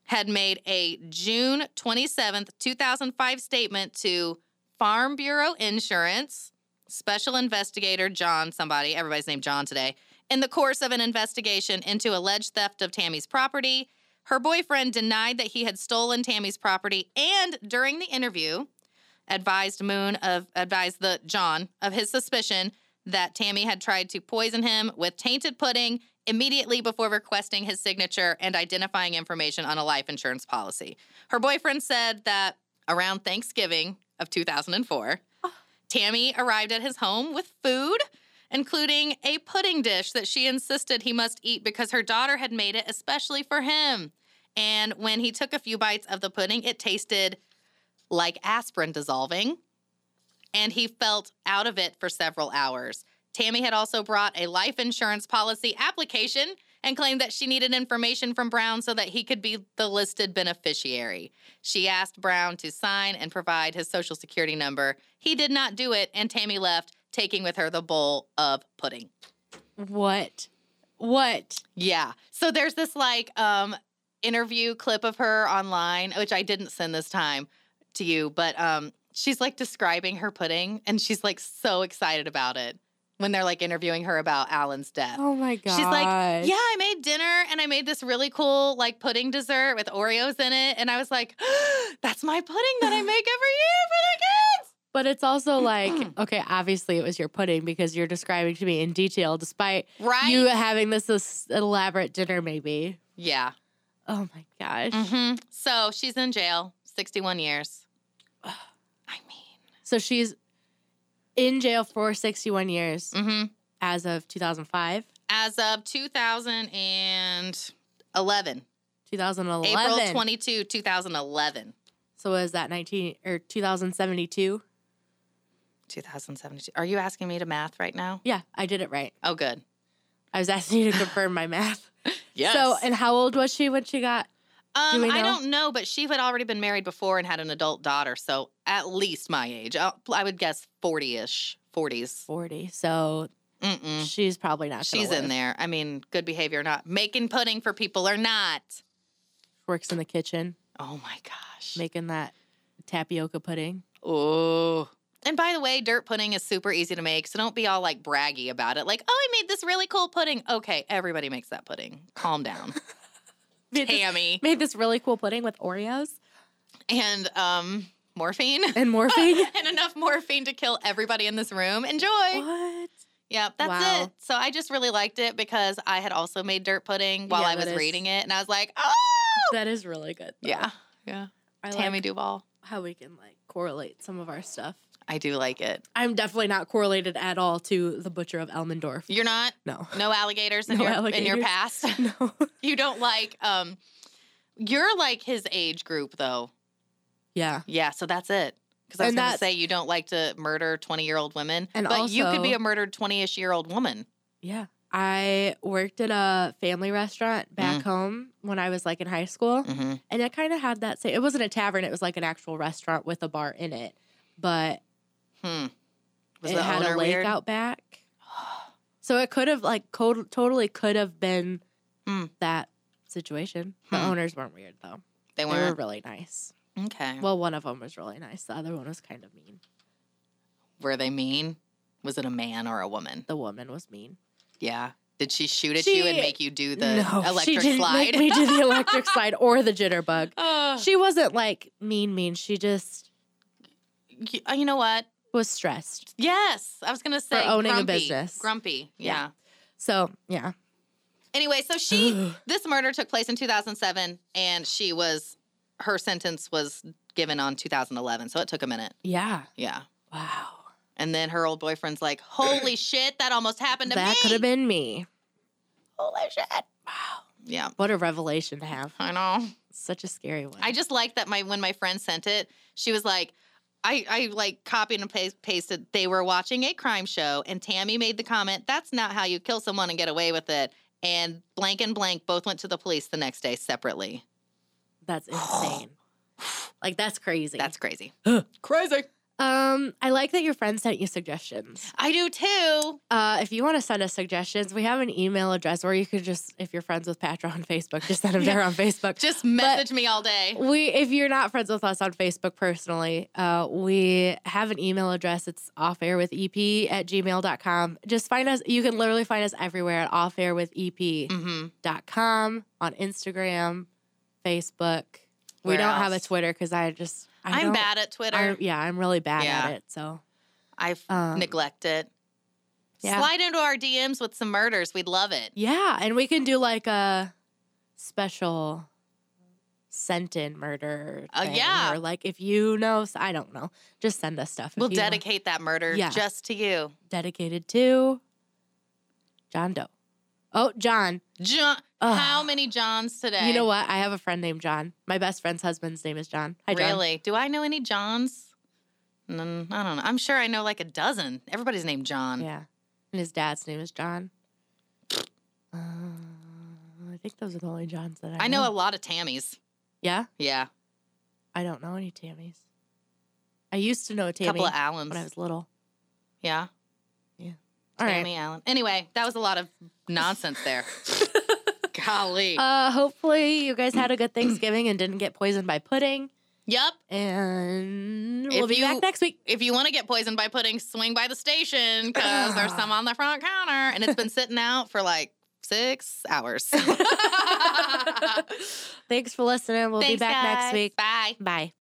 [SPEAKER 6] had made a June 27th, 2005 statement to Farm Bureau Insurance, special investigator John, somebody, everybody's named John today, in the course of an investigation into alleged theft of Tammy's property. Her boyfriend denied that he had stolen Tammy's property and during the interview advised Moon of advised the John of his suspicion that Tammy had tried to poison him with tainted pudding immediately before requesting his signature and identifying information on a life insurance policy. Her boyfriend said that around Thanksgiving of 2004, Tammy arrived at his home with food, including a pudding dish that she insisted he must eat because her daughter had made it especially for him. And when he took a few bites of the pudding, it tasted like aspirin dissolving, and he felt out of it for several hours. Tammy had also brought a life insurance policy application and claimed that she needed information from Brown so that he could be the listed beneficiary. She asked Brown to sign and provide his social security number. He did not do it, and Tammy left, taking with her the bowl of pudding.
[SPEAKER 2] What? What?
[SPEAKER 6] Yeah. So there's this like um interview clip of her online, which I didn't send this time to you, but um she's like describing her pudding and she's like so excited about it when they're like interviewing her about Alan's death.
[SPEAKER 2] Oh my god.
[SPEAKER 6] She's like, yeah, I made dinner and I made this really cool like pudding dessert with Oreos in it. And I was like, that's my pudding that I make every year for the kids.
[SPEAKER 2] But it's also like, okay, obviously it was your pudding because you're describing to me in detail, despite
[SPEAKER 6] Right?
[SPEAKER 2] you having this es- elaborate dinner, maybe.
[SPEAKER 6] yeah.
[SPEAKER 2] Oh my gosh.
[SPEAKER 6] hmm So she's in jail, 61 years. I mean,
[SPEAKER 2] So she's in jail for 61 years
[SPEAKER 6] mm-hmm.
[SPEAKER 2] as of 2005,
[SPEAKER 6] as of 2011,
[SPEAKER 2] 2011.
[SPEAKER 6] April 22, 2011.
[SPEAKER 2] So was that 19 or 2072?
[SPEAKER 6] 2072. Are you asking me to math right now?
[SPEAKER 2] Yeah, I did it right.
[SPEAKER 6] Oh, good.
[SPEAKER 2] I was asking you to confirm my math.
[SPEAKER 6] Yes.
[SPEAKER 2] So, and how old was she when she got?
[SPEAKER 6] um,
[SPEAKER 2] do we
[SPEAKER 6] I
[SPEAKER 2] know?
[SPEAKER 6] don't know, but she had already been married before and had an adult daughter. So at least my age, I, I would guess 40 ish, 40s.
[SPEAKER 2] 40. So
[SPEAKER 6] Mm-mm.
[SPEAKER 2] she's probably not. gonna
[SPEAKER 6] Mm. She's in
[SPEAKER 2] live.
[SPEAKER 6] there. I mean, good behavior or not. Making pudding for people or not.
[SPEAKER 2] Works in the kitchen
[SPEAKER 6] Oh my gosh.
[SPEAKER 2] making that tapioca pudding.
[SPEAKER 6] Oh. And by the way, dirt pudding is super easy to make, so don't be all like braggy about it. Like, oh, I made this really cool pudding. Okay, everybody makes that pudding. Calm down,
[SPEAKER 2] Made this,
[SPEAKER 6] Tammy.
[SPEAKER 2] made this really cool pudding with Oreos
[SPEAKER 6] And um, morphine.
[SPEAKER 2] and morphine.
[SPEAKER 6] and enough morphine to kill everybody in this room. Enjoy.
[SPEAKER 2] what?
[SPEAKER 6] Yeah, that's
[SPEAKER 2] Wow.
[SPEAKER 6] it. So I just really liked it because I had also made dirt pudding while
[SPEAKER 2] Yeah,
[SPEAKER 6] I was
[SPEAKER 2] that is-
[SPEAKER 6] reading it, and I was like, oh,
[SPEAKER 2] That is really good. though.
[SPEAKER 6] Yeah. Yeah.
[SPEAKER 2] I
[SPEAKER 6] Tammy
[SPEAKER 2] like
[SPEAKER 6] Duval.
[SPEAKER 2] how we can like correlate some of our stuff.
[SPEAKER 6] I do like it.
[SPEAKER 2] I'm definitely not correlated at all to the butcher of Elmendorf.
[SPEAKER 6] You're not
[SPEAKER 2] No.
[SPEAKER 6] no alligators in
[SPEAKER 2] No
[SPEAKER 6] your in
[SPEAKER 2] alligators.
[SPEAKER 6] your past.
[SPEAKER 2] No.
[SPEAKER 6] you don't like um you're like his age group though.
[SPEAKER 2] yeah.
[SPEAKER 6] Yeah, so that's it. Because I was
[SPEAKER 2] And
[SPEAKER 6] going to
[SPEAKER 2] that's-
[SPEAKER 6] say you don't like to murder twenty year old women,
[SPEAKER 2] And
[SPEAKER 6] but you could be
[SPEAKER 2] also-
[SPEAKER 6] a murdered twenty ish year old woman.
[SPEAKER 2] Yeah. I worked at a family restaurant
[SPEAKER 6] Mm.
[SPEAKER 2] back home when I was like in high school.
[SPEAKER 6] Mm-hmm.
[SPEAKER 2] And it kind of had that same, it wasn't a tavern, it was like an actual restaurant with a bar in it. But
[SPEAKER 6] Hmm. Was
[SPEAKER 2] it
[SPEAKER 6] the
[SPEAKER 2] had
[SPEAKER 6] owner
[SPEAKER 2] a lake
[SPEAKER 6] weird?
[SPEAKER 2] out back. So it could have like co- totally could have been
[SPEAKER 6] Hmm.
[SPEAKER 2] that situation. The
[SPEAKER 6] Hmm.
[SPEAKER 2] owners weren't weird though.
[SPEAKER 6] They
[SPEAKER 2] They were
[SPEAKER 6] weren't
[SPEAKER 2] really nice.
[SPEAKER 6] okay.
[SPEAKER 2] Well, one of them was really nice. The other one was kind of mean.
[SPEAKER 6] were they mean? Was it a man or a woman?
[SPEAKER 2] The woman was mean.
[SPEAKER 6] Yeah. Did she shoot at
[SPEAKER 2] She-
[SPEAKER 6] you and make you do the electric
[SPEAKER 2] she didn't
[SPEAKER 6] slide?
[SPEAKER 2] make
[SPEAKER 6] Oh.
[SPEAKER 2] me do the electric slide or the jitterbug.
[SPEAKER 6] Ugh.
[SPEAKER 2] She wasn't like mean, mean. She just
[SPEAKER 6] Y- uh, you know what?
[SPEAKER 2] was stressed.
[SPEAKER 6] Yes, I was gonna say
[SPEAKER 2] owning a
[SPEAKER 6] grumpy,
[SPEAKER 2] business.
[SPEAKER 6] Grumpy, yeah.
[SPEAKER 2] Yeah. So yeah,
[SPEAKER 6] Anyway, so she this murder took place in 2007, and she was her sentence was given on 2011. So it took a minute.
[SPEAKER 2] yeah.
[SPEAKER 6] Yeah,
[SPEAKER 2] Wow,
[SPEAKER 6] and then her old boyfriend's like, "Holy shit, that almost happened to
[SPEAKER 2] that
[SPEAKER 6] me."
[SPEAKER 2] could have been me.
[SPEAKER 6] Holy shit! Yeah,
[SPEAKER 2] What a revelation to have.
[SPEAKER 6] I know.
[SPEAKER 2] Such a scary one.
[SPEAKER 6] I just like that my when my friend sent it, she was like, I, I like copied and pas- pasted. They were watching a crime show, and Tammy made the comment, "That's not how you kill someone and get away with it." And blank and blank both went to the police the next day separately.
[SPEAKER 2] that's insane. like that's crazy.
[SPEAKER 6] That's crazy.
[SPEAKER 2] um. I like that your friend sent you suggestions.
[SPEAKER 6] I do too.
[SPEAKER 2] Uh, if you want to send us suggestions, we have an email address, or you could just, if you're friends with Patra on Facebook, just send them there on Facebook.
[SPEAKER 6] Just message me all day.
[SPEAKER 2] we if you're not friends with us on facebook personally uh, we have an email address it's off air with ep at gmail.com just find us you can literally find us everywhere at off air with ep.com
[SPEAKER 6] Mm-hmm.
[SPEAKER 2] on instagram facebook we
[SPEAKER 6] Where
[SPEAKER 2] don't have a
[SPEAKER 6] else?
[SPEAKER 2] twitter because i just I
[SPEAKER 6] I'm
[SPEAKER 2] don't-
[SPEAKER 6] bad at Twitter.
[SPEAKER 2] I- yeah i'm really bad
[SPEAKER 6] Yeah.
[SPEAKER 2] at it so
[SPEAKER 6] I f-
[SPEAKER 2] um,
[SPEAKER 6] neglect it.
[SPEAKER 2] yeah.
[SPEAKER 6] Slide into our DMs with some murders. We'd love it.
[SPEAKER 2] yeah and we can do like a special sent in murder
[SPEAKER 6] Uh,
[SPEAKER 2] thing,
[SPEAKER 6] yeah.
[SPEAKER 2] or like if you know i don't know just send us stuff if
[SPEAKER 6] We'll
[SPEAKER 2] you want.
[SPEAKER 6] dedicate that murder
[SPEAKER 2] Yeah.
[SPEAKER 6] just to you.
[SPEAKER 2] dedicated to John Doe. Oh, John.
[SPEAKER 6] John,
[SPEAKER 2] Ugh.
[SPEAKER 6] how many Johns today?
[SPEAKER 2] You know what? I have a friend named John. My best friend's husband's name is John. Hi, John.
[SPEAKER 6] really? Do I know any Johns? Mm, I don't know. I'm sure I know like a dozen. Everybody's named John.
[SPEAKER 2] Yeah. And his dad's name is John. Uh, I think those are the only Johns that I,
[SPEAKER 6] I know a lot of Tammys.
[SPEAKER 2] yeah.
[SPEAKER 6] Yeah.
[SPEAKER 2] I don't know any Tammys. I used to know a
[SPEAKER 6] A
[SPEAKER 2] Tammy
[SPEAKER 6] couple of Allens.
[SPEAKER 2] when I was little.
[SPEAKER 6] yeah.
[SPEAKER 2] All right.
[SPEAKER 6] Tammy Allen. Anyway, that was a lot of nonsense there. Golly.
[SPEAKER 2] Uh, hopefully you guys had a good Thanksgiving and didn't get poisoned by pudding.
[SPEAKER 6] yep.
[SPEAKER 2] And we'll
[SPEAKER 6] If
[SPEAKER 2] be
[SPEAKER 6] you-
[SPEAKER 2] back next week.
[SPEAKER 6] If you want to get poisoned by pudding, swing by the station because there's some on the front counter and it's been sitting out for like six hours. We'll
[SPEAKER 2] Thanks for listening. We'll be back next week.
[SPEAKER 6] Bye.
[SPEAKER 2] Bye.